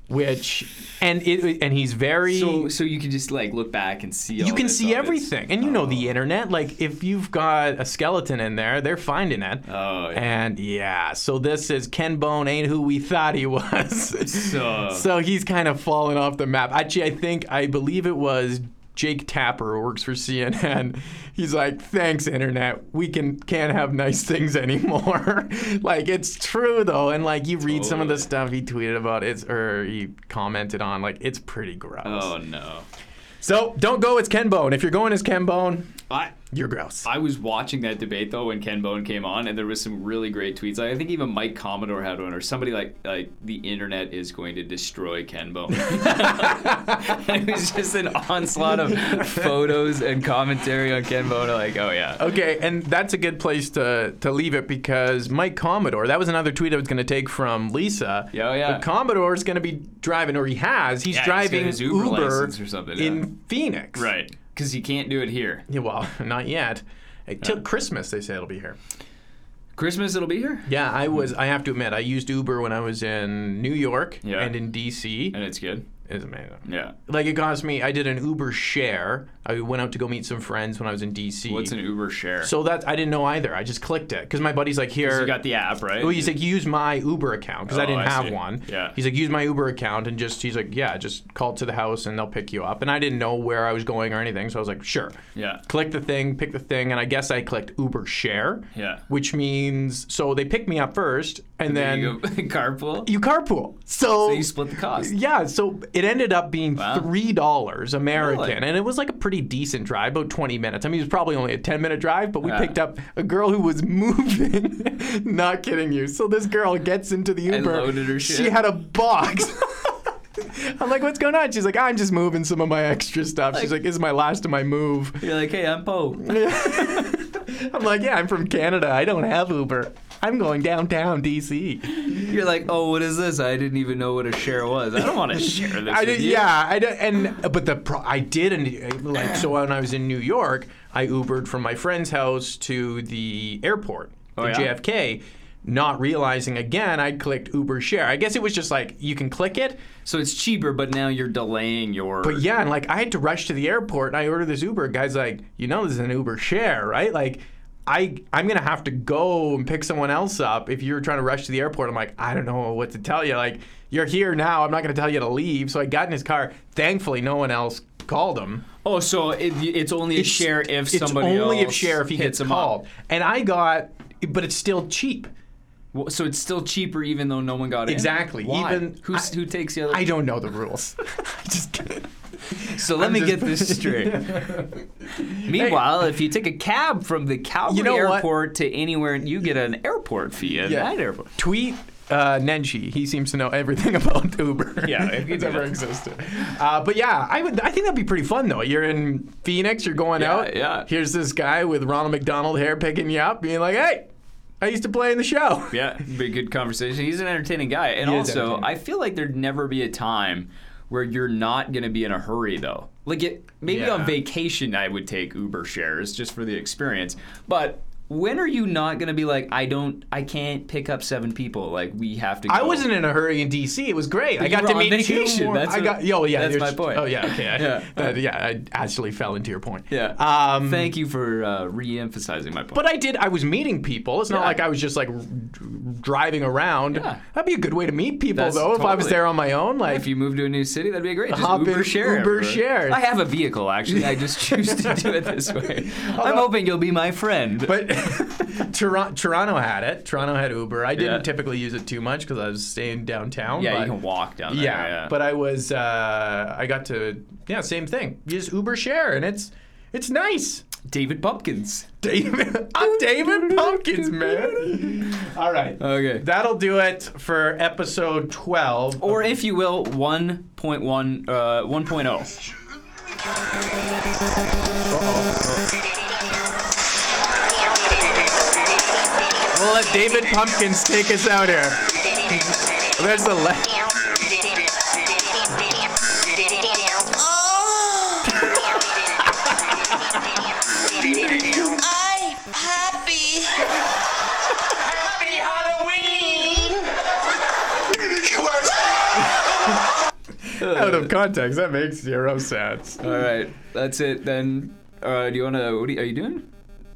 Speaker 3: which and it and he's very
Speaker 2: So so you can just like look back and see.
Speaker 3: you can see everything, and you know
Speaker 2: Oh.
Speaker 3: the internet. Like if you've got a skeleton in there, they're finding it.
Speaker 2: Oh, yeah.
Speaker 3: And yeah, so this is Ken Bone ain't who we thought he was.
Speaker 2: So-
Speaker 3: So he's kind of fallen off the map. Actually, I think I believe it was Jake Tapper who works for CNN. He's like, "Thanks, internet. We can can't have nice things anymore." like it's true though, and like you read some of the
Speaker 2: Totally.
Speaker 3: stuff he tweeted about it or he commented on, like it's pretty gross.
Speaker 2: Oh no.
Speaker 3: So don't go as Ken Bone. If you're going as Ken Bone,
Speaker 2: I
Speaker 3: you're gross.
Speaker 2: I was watching that debate though when Ken Bone came on, and there was some really great tweets. I think even Mike Commodore had one, or somebody like like the internet is going to destroy Ken Bone.
Speaker 4: it was just an onslaught of photos and commentary on Ken Bono. Like, oh yeah.
Speaker 3: Okay, and that's a good place to, to leave it because Mike Commodore, that was another tweet I was going to take from Lisa.
Speaker 4: Yeah, oh, yeah.
Speaker 3: But Commodore's going to be driving, or he has, he's
Speaker 2: Yeah, he's got
Speaker 3: driving
Speaker 2: his Uber
Speaker 3: Uber,
Speaker 2: license or something,
Speaker 3: in
Speaker 2: yeah.
Speaker 3: Phoenix.
Speaker 2: right. Because he can't do it here.
Speaker 3: Yeah, well, not yet. Till Christmas, they say it'll be here.
Speaker 2: Christmas it'll be here,
Speaker 3: Yeah, I was. I have to admit, I used Uber when I was in New York
Speaker 2: Yeah.
Speaker 3: and in DC.
Speaker 2: and it's good.
Speaker 3: It's amazing.
Speaker 2: Yeah.
Speaker 3: Like it cost me. I did an Uber share. I went out to go meet some friends when I was in DC.
Speaker 2: What's an Uber share?
Speaker 3: so that I didn't know either. I just clicked it because my buddy's like, here.
Speaker 2: you got the app, right?
Speaker 3: Well, he's like, use my Uber account because I
Speaker 2: Oh,
Speaker 3: didn't
Speaker 2: I
Speaker 3: have
Speaker 2: see.
Speaker 3: one.
Speaker 2: Yeah.
Speaker 3: He's like, use my Uber account and just he's like, yeah, just call to the house and they'll pick you up. And I didn't know where I was going or anything, so I was like, sure.
Speaker 2: Yeah.
Speaker 3: Click the thing, pick the thing, and I guess I clicked Uber Share.
Speaker 2: Yeah.
Speaker 3: Which means so they pick me up first, and,
Speaker 2: There
Speaker 3: then
Speaker 2: you go. carpool.
Speaker 3: you carpool. So,
Speaker 2: So you split the cost.
Speaker 3: yeah, so it ended up being
Speaker 2: Wow.
Speaker 3: three dollars American,
Speaker 2: Really?
Speaker 3: and it was like a pretty decent drive, about twenty minutes. I mean, it was probably only a ten minute drive, but we
Speaker 2: Yeah.
Speaker 3: picked up a girl who was moving. Not kidding you. So this girl gets into the Uber.
Speaker 2: loaded her
Speaker 3: She
Speaker 2: shit.
Speaker 3: had a box. I'm like, what's going on? She's like, I'm just moving some of my extra stuff. She's like,
Speaker 2: Like-
Speaker 3: this is my last of my move.
Speaker 2: You're like, hey, I'm Poe.
Speaker 3: I'm like, yeah, I'm from Canada. I don't have Uber. I'm going downtown DC.
Speaker 2: You're like, oh, what is this? I didn't even know what a share was. I don't want to share this.
Speaker 3: I
Speaker 2: with
Speaker 3: did,
Speaker 2: you.
Speaker 3: yeah, I did, and but the pro, I did, and like so when I was in New York, I Ubered from my friend's house to the airport,
Speaker 2: Oh,
Speaker 3: to
Speaker 2: yeah?
Speaker 3: JFK, not realizing again I clicked Uber Share. I guess it was just like you can click it,
Speaker 2: So it's cheaper, but now you're delaying your.
Speaker 3: but yeah, and like I had to rush to the airport, and I ordered this Uber. Guy's like, you know, this is an Uber Share, right? Like. I, I'm gonna have to go and pick someone else up if you're trying to rush to the airport. I'm like, I don't know what to tell you. Like, you're here now. I'm not gonna tell you to leave. So I got in his car. Thankfully, no one else called him.
Speaker 2: Oh, so it, it's only a
Speaker 3: It's-
Speaker 2: share if
Speaker 3: it's
Speaker 2: somebody
Speaker 3: only if
Speaker 2: else
Speaker 3: share if he
Speaker 2: hits
Speaker 3: gets
Speaker 2: him up.
Speaker 3: called. And I got, but it's still cheap.
Speaker 2: Well, So it's still cheaper, even though no one got in?
Speaker 3: Exactly.
Speaker 2: Why?
Speaker 3: Even-
Speaker 2: who's,
Speaker 3: I-
Speaker 2: who takes the other?
Speaker 3: I don't know the rules. I just can't.
Speaker 2: so let
Speaker 3: I'm
Speaker 2: me
Speaker 3: just-
Speaker 2: get this straight. Meanwhile, if you take a cab from the Calgary
Speaker 3: You know what?
Speaker 2: airport to anywhere, you get an airport fee at that airport.
Speaker 3: Tweet uh, Nenshi. He seems to know everything about Uber.
Speaker 2: Yeah, if you
Speaker 3: it's
Speaker 2: do
Speaker 3: ever
Speaker 2: that.
Speaker 3: existed. Uh, but yeah, I would. I think that'd be pretty fun though. You're in Phoenix. You're going
Speaker 2: Yeah,
Speaker 3: out.
Speaker 2: yeah.
Speaker 3: Here's this guy with Ronald McDonald hair picking you up, being like, "Hey, I used to play in the show."
Speaker 2: Yeah, be a good conversation. He's an entertaining guy, and
Speaker 3: He is
Speaker 2: also
Speaker 3: entertaining.
Speaker 2: I feel like there'd never be a time where you're not gonna be in a hurry though. Like it, maybe
Speaker 3: Yeah.
Speaker 2: on vacation I would take Uber shares just for the experience, but. When are you not gonna be like I don't I can't pick up seven people like we have to? Go.
Speaker 3: I wasn't in a hurry in DC. It was great. I
Speaker 2: you
Speaker 3: got
Speaker 2: were
Speaker 3: to
Speaker 2: on
Speaker 3: meet two
Speaker 2: vacation.
Speaker 3: more.
Speaker 2: That's
Speaker 3: I
Speaker 2: what-
Speaker 3: got. Yo, yeah.
Speaker 2: that's
Speaker 3: there's-
Speaker 2: my point.
Speaker 3: Oh yeah. Okay. I-
Speaker 2: Yeah.
Speaker 3: that- yeah. I actually fell into your point.
Speaker 2: Yeah.
Speaker 3: Um,
Speaker 2: Thank you for uh, re-emphasizing my point.
Speaker 3: But I did. I was meeting people. It's not
Speaker 2: Yeah.
Speaker 3: like I was just like r- driving around.
Speaker 2: Yeah.
Speaker 3: That'd be a good way to meet people
Speaker 2: That's
Speaker 3: though. If I was
Speaker 2: totally-
Speaker 3: there on my own, like
Speaker 2: if you move to a new city, that'd be great. Just
Speaker 3: Hop
Speaker 2: Uber
Speaker 3: in
Speaker 2: share.
Speaker 3: Uber
Speaker 2: everywhere.
Speaker 3: share.
Speaker 2: I have a vehicle actually. I just choose to do it this way. I'm
Speaker 3: Although-
Speaker 2: hoping you'll be my friend.
Speaker 3: But Toronto, Toronto had it. Toronto had Uber. I didn't
Speaker 2: Yeah.
Speaker 3: typically use it too much because I was staying downtown.
Speaker 2: yeah,
Speaker 3: but-
Speaker 2: you can walk down there.
Speaker 3: Yeah,
Speaker 2: yeah.
Speaker 3: but I was. Uh, I got to. Yeah, same thing. You just Uber share, and it's it's nice.
Speaker 2: David Pumpkins.
Speaker 3: David, I'm David Pumpkins, man. All right.
Speaker 2: Okay.
Speaker 3: That'll do it for episode 12.
Speaker 2: Or if you will, 1.1, uh, 1.0.
Speaker 3: We'll let David Pumpkins take us out here. There's the left.
Speaker 5: Oh. I'm happy. Happy Halloween.
Speaker 3: Out of context, that makes zero sense.
Speaker 2: All right, that's it then. Uh, do you want to? What are you, are you doing?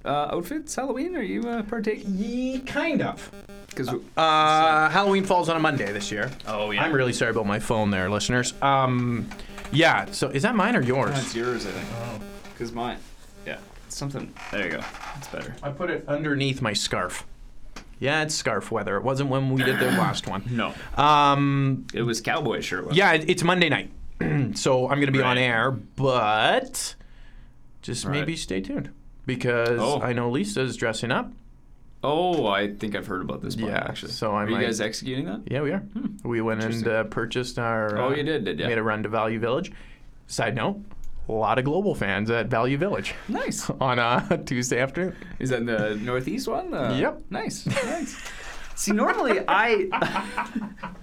Speaker 2: Uh, outfits, Halloween? Are you uh, partaking?
Speaker 3: Ye, kind of.
Speaker 2: Because
Speaker 3: Uh, Halloween Uh, falls on a Monday this year.
Speaker 2: Oh, yeah.
Speaker 3: I'm really sorry about my phone there, listeners. Um, Yeah. So is that mine or yours?
Speaker 2: That's yours, I
Speaker 3: Oh.
Speaker 2: think. Because mine. Yeah. Something. There you go. It's better.
Speaker 3: I put it underneath my scarf. Yeah, it's scarf weather. It wasn't when we did the last one.
Speaker 2: No.
Speaker 3: Um,
Speaker 2: It was cowboy shirt. wasn't it?
Speaker 3: yeah, it, it's Monday night, so I'm gonna be on
Speaker 2: Right.
Speaker 3: air, but just maybe stay tuned because
Speaker 2: Oh.
Speaker 3: I know Lisa's dressing up.
Speaker 2: Oh, I think I've heard about this plan,
Speaker 3: Yeah,
Speaker 2: actually.
Speaker 3: so I
Speaker 2: Are
Speaker 3: might-
Speaker 2: you guys executing that?
Speaker 3: Yeah, we are. We went and uh, purchased our.
Speaker 2: Hmm. Oh,
Speaker 3: uh,
Speaker 2: you did, did ya?
Speaker 3: Made a run to Value Village. Side note, a lot of global fans at Value Village
Speaker 2: Nice.
Speaker 3: on uh, Tuesday afternoon.
Speaker 2: Is that the northeast one? Uh,
Speaker 3: Yep.
Speaker 2: Nice. Nice. See, normally I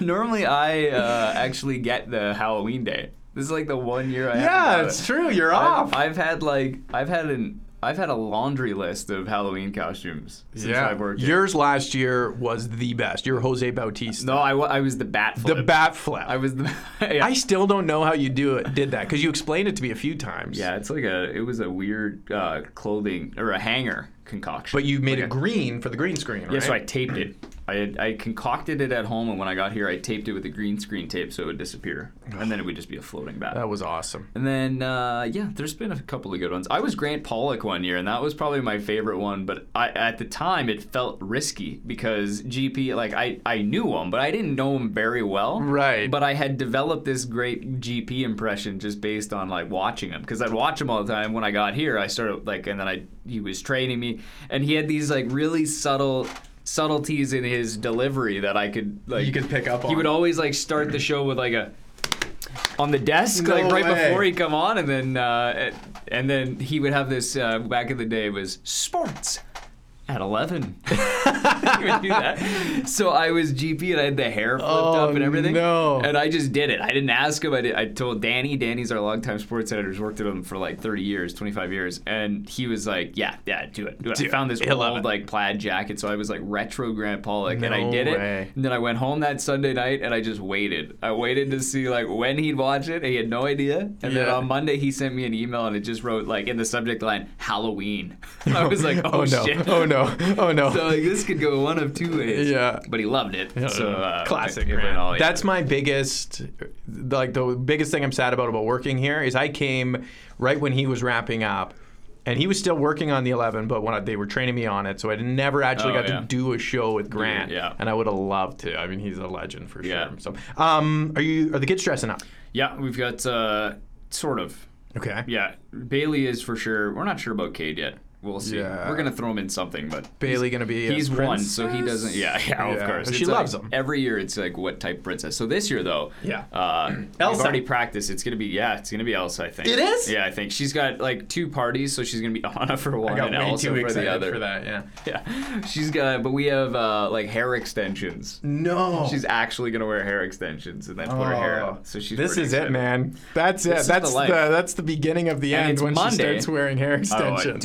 Speaker 2: normally I uh, actually get the Halloween day. This is like the one year I haven't
Speaker 3: Yeah,
Speaker 2: got
Speaker 3: it's
Speaker 2: it.
Speaker 3: true. You're
Speaker 2: I've,
Speaker 3: off.
Speaker 2: I've had like I've had an I've had a laundry list of Halloween costumes since I've worked. here.
Speaker 3: Yours last year was the best. You're Jose Bautista.
Speaker 2: no, I, wa- I was the bat
Speaker 3: the
Speaker 2: flip.
Speaker 3: bat flap.
Speaker 2: I was the yeah.
Speaker 3: I still don't know how you do it, did that because you explained it to me a few times.
Speaker 2: yeah, it's like a it was a weird uh, clothing or a hanger concoction.
Speaker 3: But you made
Speaker 2: Like
Speaker 3: it
Speaker 2: a-
Speaker 3: green for the green screen, right?
Speaker 2: Yeah, so I taped it. I, had, I concocted it at home, and when I got here, I taped it with a green screen tape so it would disappear, and then it would just be a floating bat.
Speaker 3: That was awesome.
Speaker 2: and then, uh, yeah, there's been a couple of good ones. I was Grant Pollock one year, and that was probably my favorite one. But I, at the time, it felt risky because GP, like I, I knew him, but I didn't know him very well.
Speaker 3: Right.
Speaker 2: But I had developed this great GP impression just based on like watching him because I'd watch him all the time. When I got here, I started like, and then I he was training me, and he had these like really subtle subtleties in his delivery that I could like
Speaker 3: You could pick up
Speaker 2: He
Speaker 3: on.
Speaker 2: would always like start the show with like a on the desk
Speaker 3: No
Speaker 2: like right
Speaker 3: way.
Speaker 2: before he come on, and then uh, and then he would have this uh, back in the day was sports at 11. You would do that. So I was GP and I had the hair flipped
Speaker 3: Oh,
Speaker 2: up and everything.
Speaker 3: no.
Speaker 2: And I just did it. I didn't ask him. I, did, I told Danny. Danny's our longtime sports editor. He's worked at him for like 30 years, 25 years. And he was like, yeah, yeah, do it. Do it. I
Speaker 3: Dude,
Speaker 2: found this
Speaker 3: he'll love
Speaker 2: old
Speaker 3: it.
Speaker 2: like plaid jacket. So I was like retro Grant Pollock and I
Speaker 3: No
Speaker 2: did
Speaker 3: way.
Speaker 2: it. And then I went home that Sunday night and I just waited. I waited to see like when he'd watch it. He had no idea. And then
Speaker 3: Yeah.
Speaker 2: on Monday he sent me an email and it just wrote like in the subject line Halloween. And I was like, oh,
Speaker 3: no!
Speaker 2: shit.
Speaker 3: Oh no! Oh no!
Speaker 2: So like, this could go one of two ways.
Speaker 3: Yeah.
Speaker 2: But he loved it. So uh,
Speaker 3: classic.
Speaker 2: it went
Speaker 3: Grant.
Speaker 2: all- yeah.
Speaker 3: That's my biggest, like the biggest thing I'm sad about about working here is I came right when he was wrapping up, and he was still working on the 11, but when I, they were training me on it, so I never actually
Speaker 2: Oh,
Speaker 3: got
Speaker 2: yeah.
Speaker 3: to do a show with Grant.
Speaker 2: yeah.
Speaker 3: And I would have loved to. I mean, he's a legend for
Speaker 2: Yeah.
Speaker 3: sure. So, um, are you are the kids dressing up?
Speaker 2: yeah, we've got uh, sort of.
Speaker 3: Okay.
Speaker 2: Yeah. Bailey is for sure. We're not sure about Cade yet. We'll see.
Speaker 3: Yeah.
Speaker 2: We're gonna throw him in something, but
Speaker 3: Bailey gonna be a
Speaker 2: He's one, so he
Speaker 3: princess?
Speaker 2: doesn't. Yeah, yeah,
Speaker 3: Yeah.
Speaker 2: of course.
Speaker 3: She
Speaker 2: It's
Speaker 3: loves
Speaker 2: like-
Speaker 3: him.
Speaker 2: Every year, it's like what type princess. So this year, though,
Speaker 3: Yeah.
Speaker 2: uh, Elsa. I've already practiced. It's gonna be yeah, it's gonna be Elsa. I think
Speaker 3: It is?
Speaker 2: Yeah, I think she's got like two parties, so she's gonna be Anna for one
Speaker 3: I got
Speaker 2: and
Speaker 3: way
Speaker 2: Elsa
Speaker 3: too
Speaker 2: for
Speaker 3: excited
Speaker 2: the other.
Speaker 3: for that. Yeah.
Speaker 2: Yeah, she's got. But we have uh, like hair extensions.
Speaker 3: No.
Speaker 2: She's actually gonna wear hair extensions and then put her hair
Speaker 3: Oh.
Speaker 2: out. So she's.
Speaker 3: this
Speaker 2: pretty
Speaker 3: is it,
Speaker 2: excited.
Speaker 3: man. That's it.
Speaker 2: is the
Speaker 3: that's the,
Speaker 2: life.
Speaker 3: that's the beginning of the
Speaker 2: And
Speaker 3: end
Speaker 2: it's
Speaker 3: when she
Speaker 2: Monday.
Speaker 3: starts wearing hair
Speaker 2: Oh, I-
Speaker 3: extensions.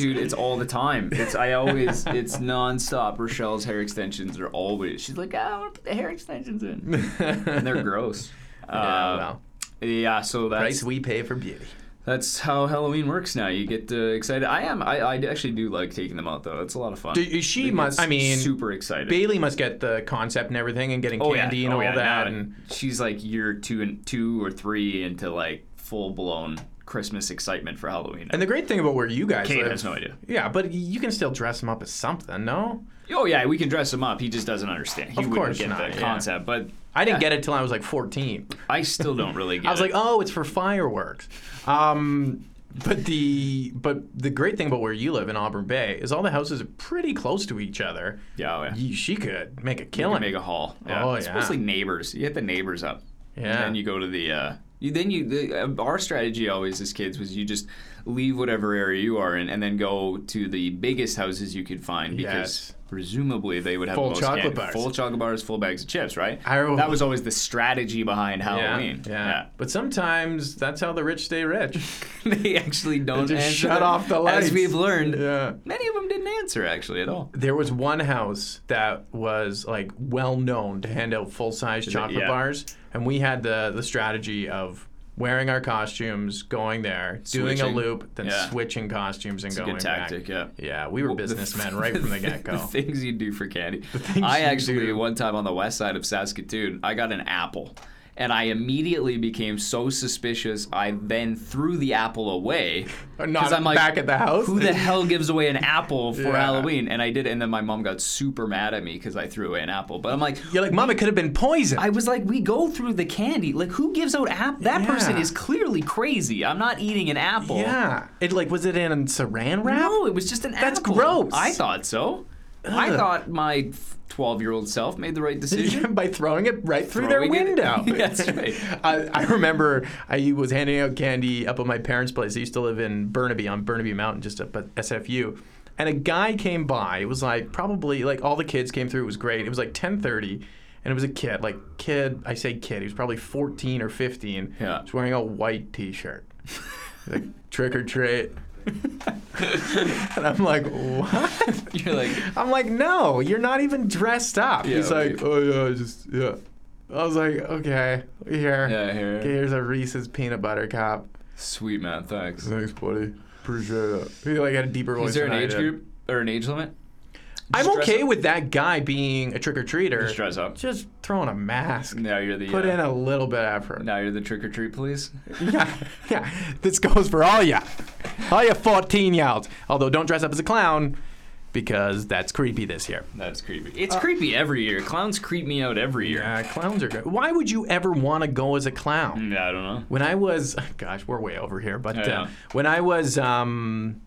Speaker 2: dude, it's all the time. It's I always it's nonstop. Rochelle's hair extensions are always. She's like, "Ah, I want to put the hair extensions in, and they're gross. Uh,
Speaker 3: well.
Speaker 2: yeah, so that's
Speaker 3: we pay for beauty.
Speaker 2: that's how Halloween works now. You get uh, excited. I am. I, I actually do like taking them out though. It's a lot of fun.
Speaker 3: Do- she
Speaker 2: It gets
Speaker 3: must- I mean,
Speaker 2: super excited.
Speaker 3: Bailey must get the concept and everything, and getting
Speaker 2: oh, yeah.
Speaker 3: candy and
Speaker 2: Oh,
Speaker 3: all
Speaker 2: yeah,
Speaker 3: that.
Speaker 2: now
Speaker 3: And
Speaker 2: she's like year two and two or three into like full blown Christmas excitement for Halloween.
Speaker 3: and the great thing about where you guys
Speaker 2: Kate
Speaker 3: live,
Speaker 2: has no idea.
Speaker 3: Yeah, but you can still dress them up as something. No,
Speaker 2: Oh yeah, we can dress him up. He just doesn't understand. He
Speaker 3: Of
Speaker 2: wouldn't
Speaker 3: course
Speaker 2: get
Speaker 3: not,
Speaker 2: the
Speaker 3: yeah.
Speaker 2: concept, but
Speaker 3: I didn't
Speaker 2: Yeah.
Speaker 3: get it till I was like 14.
Speaker 2: I still don't really get.
Speaker 3: I was
Speaker 2: it.
Speaker 3: like, oh, it's for fireworks. Um, but the but the great thing about where you live in Auburn Bay is all the houses are pretty close to each other.
Speaker 2: yeah, oh, yeah.
Speaker 3: You- she could make a
Speaker 2: You
Speaker 3: killing.
Speaker 2: can make a haul.
Speaker 3: Oh,
Speaker 2: it's
Speaker 3: yeah.
Speaker 2: mostly neighbors. You hit the neighbors up.
Speaker 3: Yeah.
Speaker 2: And then you go to the. Uh, you, then you. The, uh, our strategy always as kids was you just leave whatever area you are in and then go to the biggest houses you could find because.
Speaker 3: Yes.
Speaker 2: Presumably they would have
Speaker 3: Full
Speaker 2: the most
Speaker 3: chocolate
Speaker 2: candy.
Speaker 3: bars.
Speaker 2: full chocolate bars, full bags of chips, right?
Speaker 3: I remember-
Speaker 2: that was always the strategy behind
Speaker 3: yeah,
Speaker 2: Halloween.
Speaker 3: yeah. But sometimes that's how the rich stay rich.
Speaker 2: Yeah. they actually don't
Speaker 3: just
Speaker 2: answer
Speaker 3: shut
Speaker 2: them,
Speaker 3: off the lights.
Speaker 2: As we've learned,
Speaker 3: yeah.
Speaker 2: many of them didn't answer actually at all.
Speaker 3: There was one house that was like well known to hand out full size chocolate
Speaker 2: yeah.
Speaker 3: bars, and we had the the strategy of wearing our costumes, going there, doing
Speaker 2: Switching.
Speaker 3: a loop, then
Speaker 2: Yeah.
Speaker 3: switching costumes and going
Speaker 2: good tactic, yeah.
Speaker 3: back. Yeah, we were businessmen right from the get
Speaker 2: The
Speaker 3: go.
Speaker 2: things you do for candy.
Speaker 3: things
Speaker 2: I
Speaker 3: you
Speaker 2: actually
Speaker 3: do.
Speaker 2: one time on the west side of Saskatoon, I got an apple. and I immediately became so suspicious. I then threw the apple away
Speaker 3: Or not back at the house?
Speaker 2: Who the hell gives away an apple for
Speaker 3: Yeah.
Speaker 2: Halloween? And I did, and then my mom got super mad at me because I threw away an apple. But I'm like,
Speaker 3: You're like, Mom, it could have been poison.
Speaker 2: I was like, we go through the candy. Like, who gives out apple? That person
Speaker 3: Yeah.
Speaker 2: is clearly crazy. I'm not eating an apple.
Speaker 3: yeah. It like was it in saran wrap?
Speaker 2: No, it was just an
Speaker 3: That's
Speaker 2: apple.
Speaker 3: gross.
Speaker 2: I thought so. I
Speaker 3: Ugh.
Speaker 2: thought my 12 year old self made the right decision.
Speaker 3: by throwing it right through their
Speaker 2: Throwing it-
Speaker 3: window.
Speaker 2: That's right.
Speaker 3: I, I remember I was handing out candy up at my parents' place. I used to live in Burnaby on Burnaby Mountain, just up at SFU. And a guy came by. It was like probably like all the kids came through. It was great. It was like 10:30, and it was a kid. Like kid, I say kid. He was probably 14 or 15.
Speaker 2: Yeah.
Speaker 3: He was wearing a white T-shirt. like trick or treat. and I'm like, what?
Speaker 2: You're like,
Speaker 3: I'm like, no, you're not even dressed up.
Speaker 2: Yeah,
Speaker 3: He's
Speaker 2: okay.
Speaker 3: like, oh yeah, I just yeah. I was like, okay, here.
Speaker 2: Yeah, here.
Speaker 3: Okay, here's a Reese's peanut butter cup.
Speaker 2: sweet man, thanks.
Speaker 3: Thanks, buddy. Appreciate it. He like had a deeper voice.
Speaker 2: Is there an
Speaker 3: than I
Speaker 2: age
Speaker 3: did.
Speaker 2: group or an age limit?
Speaker 3: I'm
Speaker 2: Just dress
Speaker 3: okay
Speaker 2: up.
Speaker 3: with that guy being a trick or treater.
Speaker 2: Just dress up.
Speaker 3: Just throwing a mask.
Speaker 2: Now you're the
Speaker 3: Put
Speaker 2: uh,
Speaker 3: in a little bit of effort.
Speaker 2: now you're the trick or treat police.
Speaker 3: yeah, yeah. This goes for all ya, all ya 14 year olds. Although don't dress up as a clown, because that's creepy this year.
Speaker 2: That's creepy. It's creepy every year. Clowns creep me out every year.
Speaker 3: Uh, Yeah, clowns are good. Why would you ever want to go as a clown?
Speaker 2: Yeah, I don't know.
Speaker 3: when I was, gosh, we're way over here, but
Speaker 2: Mm. Yeah,
Speaker 3: uh,
Speaker 2: yeah.
Speaker 3: when I was um,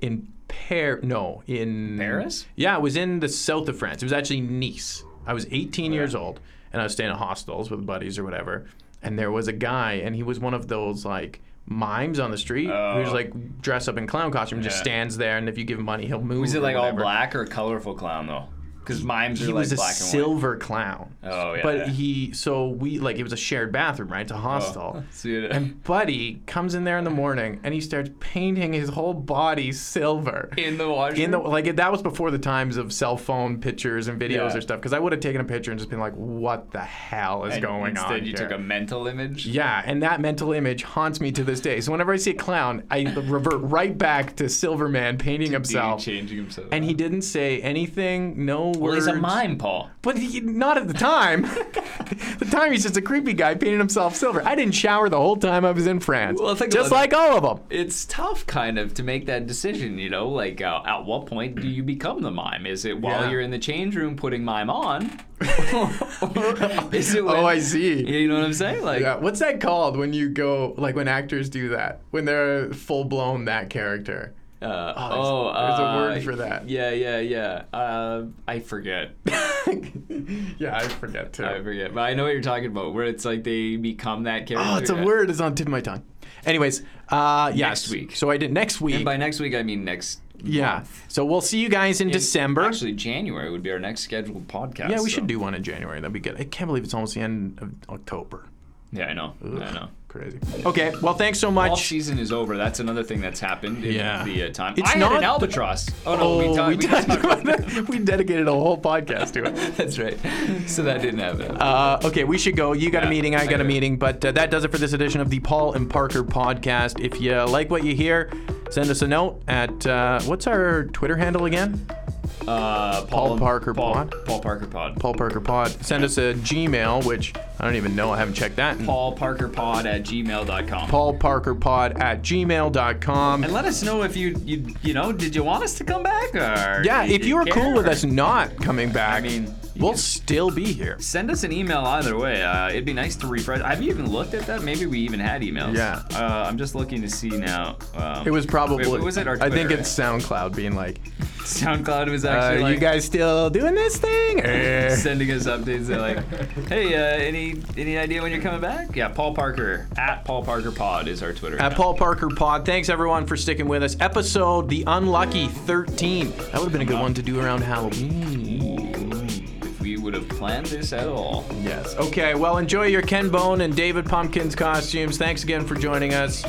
Speaker 3: in Paris, no, in
Speaker 2: Paris?
Speaker 3: Yeah, I was in the south of France. It was actually Nice. I was 18 years old, and I was staying at hostels with buddies or whatever. And there was a guy, and he was one of those like mimes on the street who's
Speaker 2: Oh.
Speaker 3: like dressed up in clown costume, just
Speaker 2: Yeah.
Speaker 3: stands there, and if you give him money, he'll move.
Speaker 2: Was it
Speaker 3: or
Speaker 2: like all
Speaker 3: whatever.
Speaker 2: black or colorful clown though? Because mimes are
Speaker 3: He
Speaker 2: like
Speaker 3: was a
Speaker 2: black and white.
Speaker 3: silver clown.
Speaker 2: Oh, yeah, Oh,
Speaker 3: But
Speaker 2: yeah.
Speaker 3: he, so we like it was a shared bathroom, right? It's a hostel.
Speaker 2: See it.
Speaker 3: Buddy comes in there in the morning and he starts painting his whole body silver.
Speaker 2: in the washroom.
Speaker 3: In the like that was before the times of cell phone pictures and videos
Speaker 2: Yeah.
Speaker 3: or stuff because I would have taken a picture and just been like, "What the hell is
Speaker 2: And
Speaker 3: going
Speaker 2: instead
Speaker 3: on?"
Speaker 2: you
Speaker 3: here?"
Speaker 2: took a mental image.
Speaker 3: yeah, and that mental image haunts me to this day. So whenever I see a clown, I revert right back to Silverman painting himself.
Speaker 2: changing himself.
Speaker 3: And he didn't say anything, no words.
Speaker 2: well, he's a mime, Paul.
Speaker 3: But he, not at the time. the time he's just a creepy guy painting himself silver. I didn't shower the whole time I was in France.
Speaker 2: Well, think
Speaker 3: just
Speaker 2: about
Speaker 3: like all of them.
Speaker 2: It's tough, kind of, to make that decision. You know, like uh, at what point do you become the mime? Is it while
Speaker 3: Yeah.
Speaker 2: you're in the change room putting mime on, or is it? When,
Speaker 3: Oh, I see.
Speaker 2: You know what I'm saying? Like,
Speaker 3: Yeah. What's that called when you go like when actors do that when they're full blown that character?
Speaker 2: Uh,
Speaker 3: Oh,
Speaker 2: oh,
Speaker 3: there's- there's a word
Speaker 2: uh,
Speaker 3: for that.
Speaker 2: Yeah, yeah, yeah. Uh, I forget.
Speaker 3: yeah, I forget too.
Speaker 2: I forget. But I know what you're talking about, where it's like they become that character.
Speaker 3: oh, it's a
Speaker 2: Yeah.
Speaker 3: word. It's on the tip of my tongue. Anyways, uh, yes.
Speaker 2: Next week.
Speaker 3: So I did next week.
Speaker 2: And by next week, I mean next.
Speaker 3: yeah. So we'll see you guys in, December.
Speaker 2: Actually, January would be our next scheduled podcast.
Speaker 3: yeah, we
Speaker 2: so-
Speaker 3: should do one in January. That'd be good. I can't believe it's almost the end of October.
Speaker 2: Yeah, I know. I know.
Speaker 3: Crazy. Okay. Well, thanks so much.
Speaker 2: Off season is over. That's another thing that's happened in
Speaker 3: Yeah.
Speaker 2: the uh, time.
Speaker 3: It's
Speaker 2: I
Speaker 3: not
Speaker 2: had an
Speaker 3: the-
Speaker 2: albatross. Oh no,
Speaker 3: Oh,
Speaker 2: we talked.
Speaker 3: we,
Speaker 2: We
Speaker 3: talked
Speaker 2: talked
Speaker 3: about that. we dedicated a whole podcast to it.
Speaker 2: that's right. So that didn't happen.
Speaker 3: Uh, okay, we should go. You got a
Speaker 2: Yeah,
Speaker 3: meeting, I got a
Speaker 2: okay.
Speaker 3: meeting, but uh, that does it for this edition of the Paul and Parker podcast. If you like what you hear, send us a note at uh, what's our Twitter handle again?
Speaker 2: Uh, Paul,
Speaker 3: Parker
Speaker 2: Paul,
Speaker 3: Pod?
Speaker 2: Paul Parker Pod.
Speaker 3: Paul Parker Pod. Send us a Gmail, which I don't even know. I haven't checked that.
Speaker 2: Paul Parker Pod at gmail.com.
Speaker 3: Paul Parker Pod at gmail.com.
Speaker 2: And let us know if you you you know did you want us to come back or
Speaker 3: Yeah,
Speaker 2: did
Speaker 3: if you were cool
Speaker 2: care?
Speaker 3: with us not coming back,
Speaker 2: mean,
Speaker 3: we'll still be here.
Speaker 2: send us an email either way. Uh, it'd be nice to refresh. Have you even looked at that? Maybe we even had emails.
Speaker 3: Yeah.
Speaker 2: Uh, I'm just looking to see now. Um,
Speaker 3: It was probably.
Speaker 2: Wait, what was it? Our
Speaker 3: I think
Speaker 2: Twitter.
Speaker 3: it's SoundCloud being like,
Speaker 2: SoundCloud was
Speaker 3: uh,
Speaker 2: actually like,
Speaker 3: you guys still doing this thing? Eh.
Speaker 2: sending us updates. They're like, hey, uh, any any idea when you're coming back? Yeah, Paul Parker at Paul Parker Pod is our Twitter.
Speaker 3: At
Speaker 2: account.
Speaker 3: Paul Parker Pod, thanks everyone for sticking with us. Episode the unlucky 13. That would have been a good one to do around Halloween.
Speaker 2: If we would have planned this at all.
Speaker 3: Yes. Okay. Well, enjoy your Ken Bone and David Pumpkins costumes. Thanks again for joining us.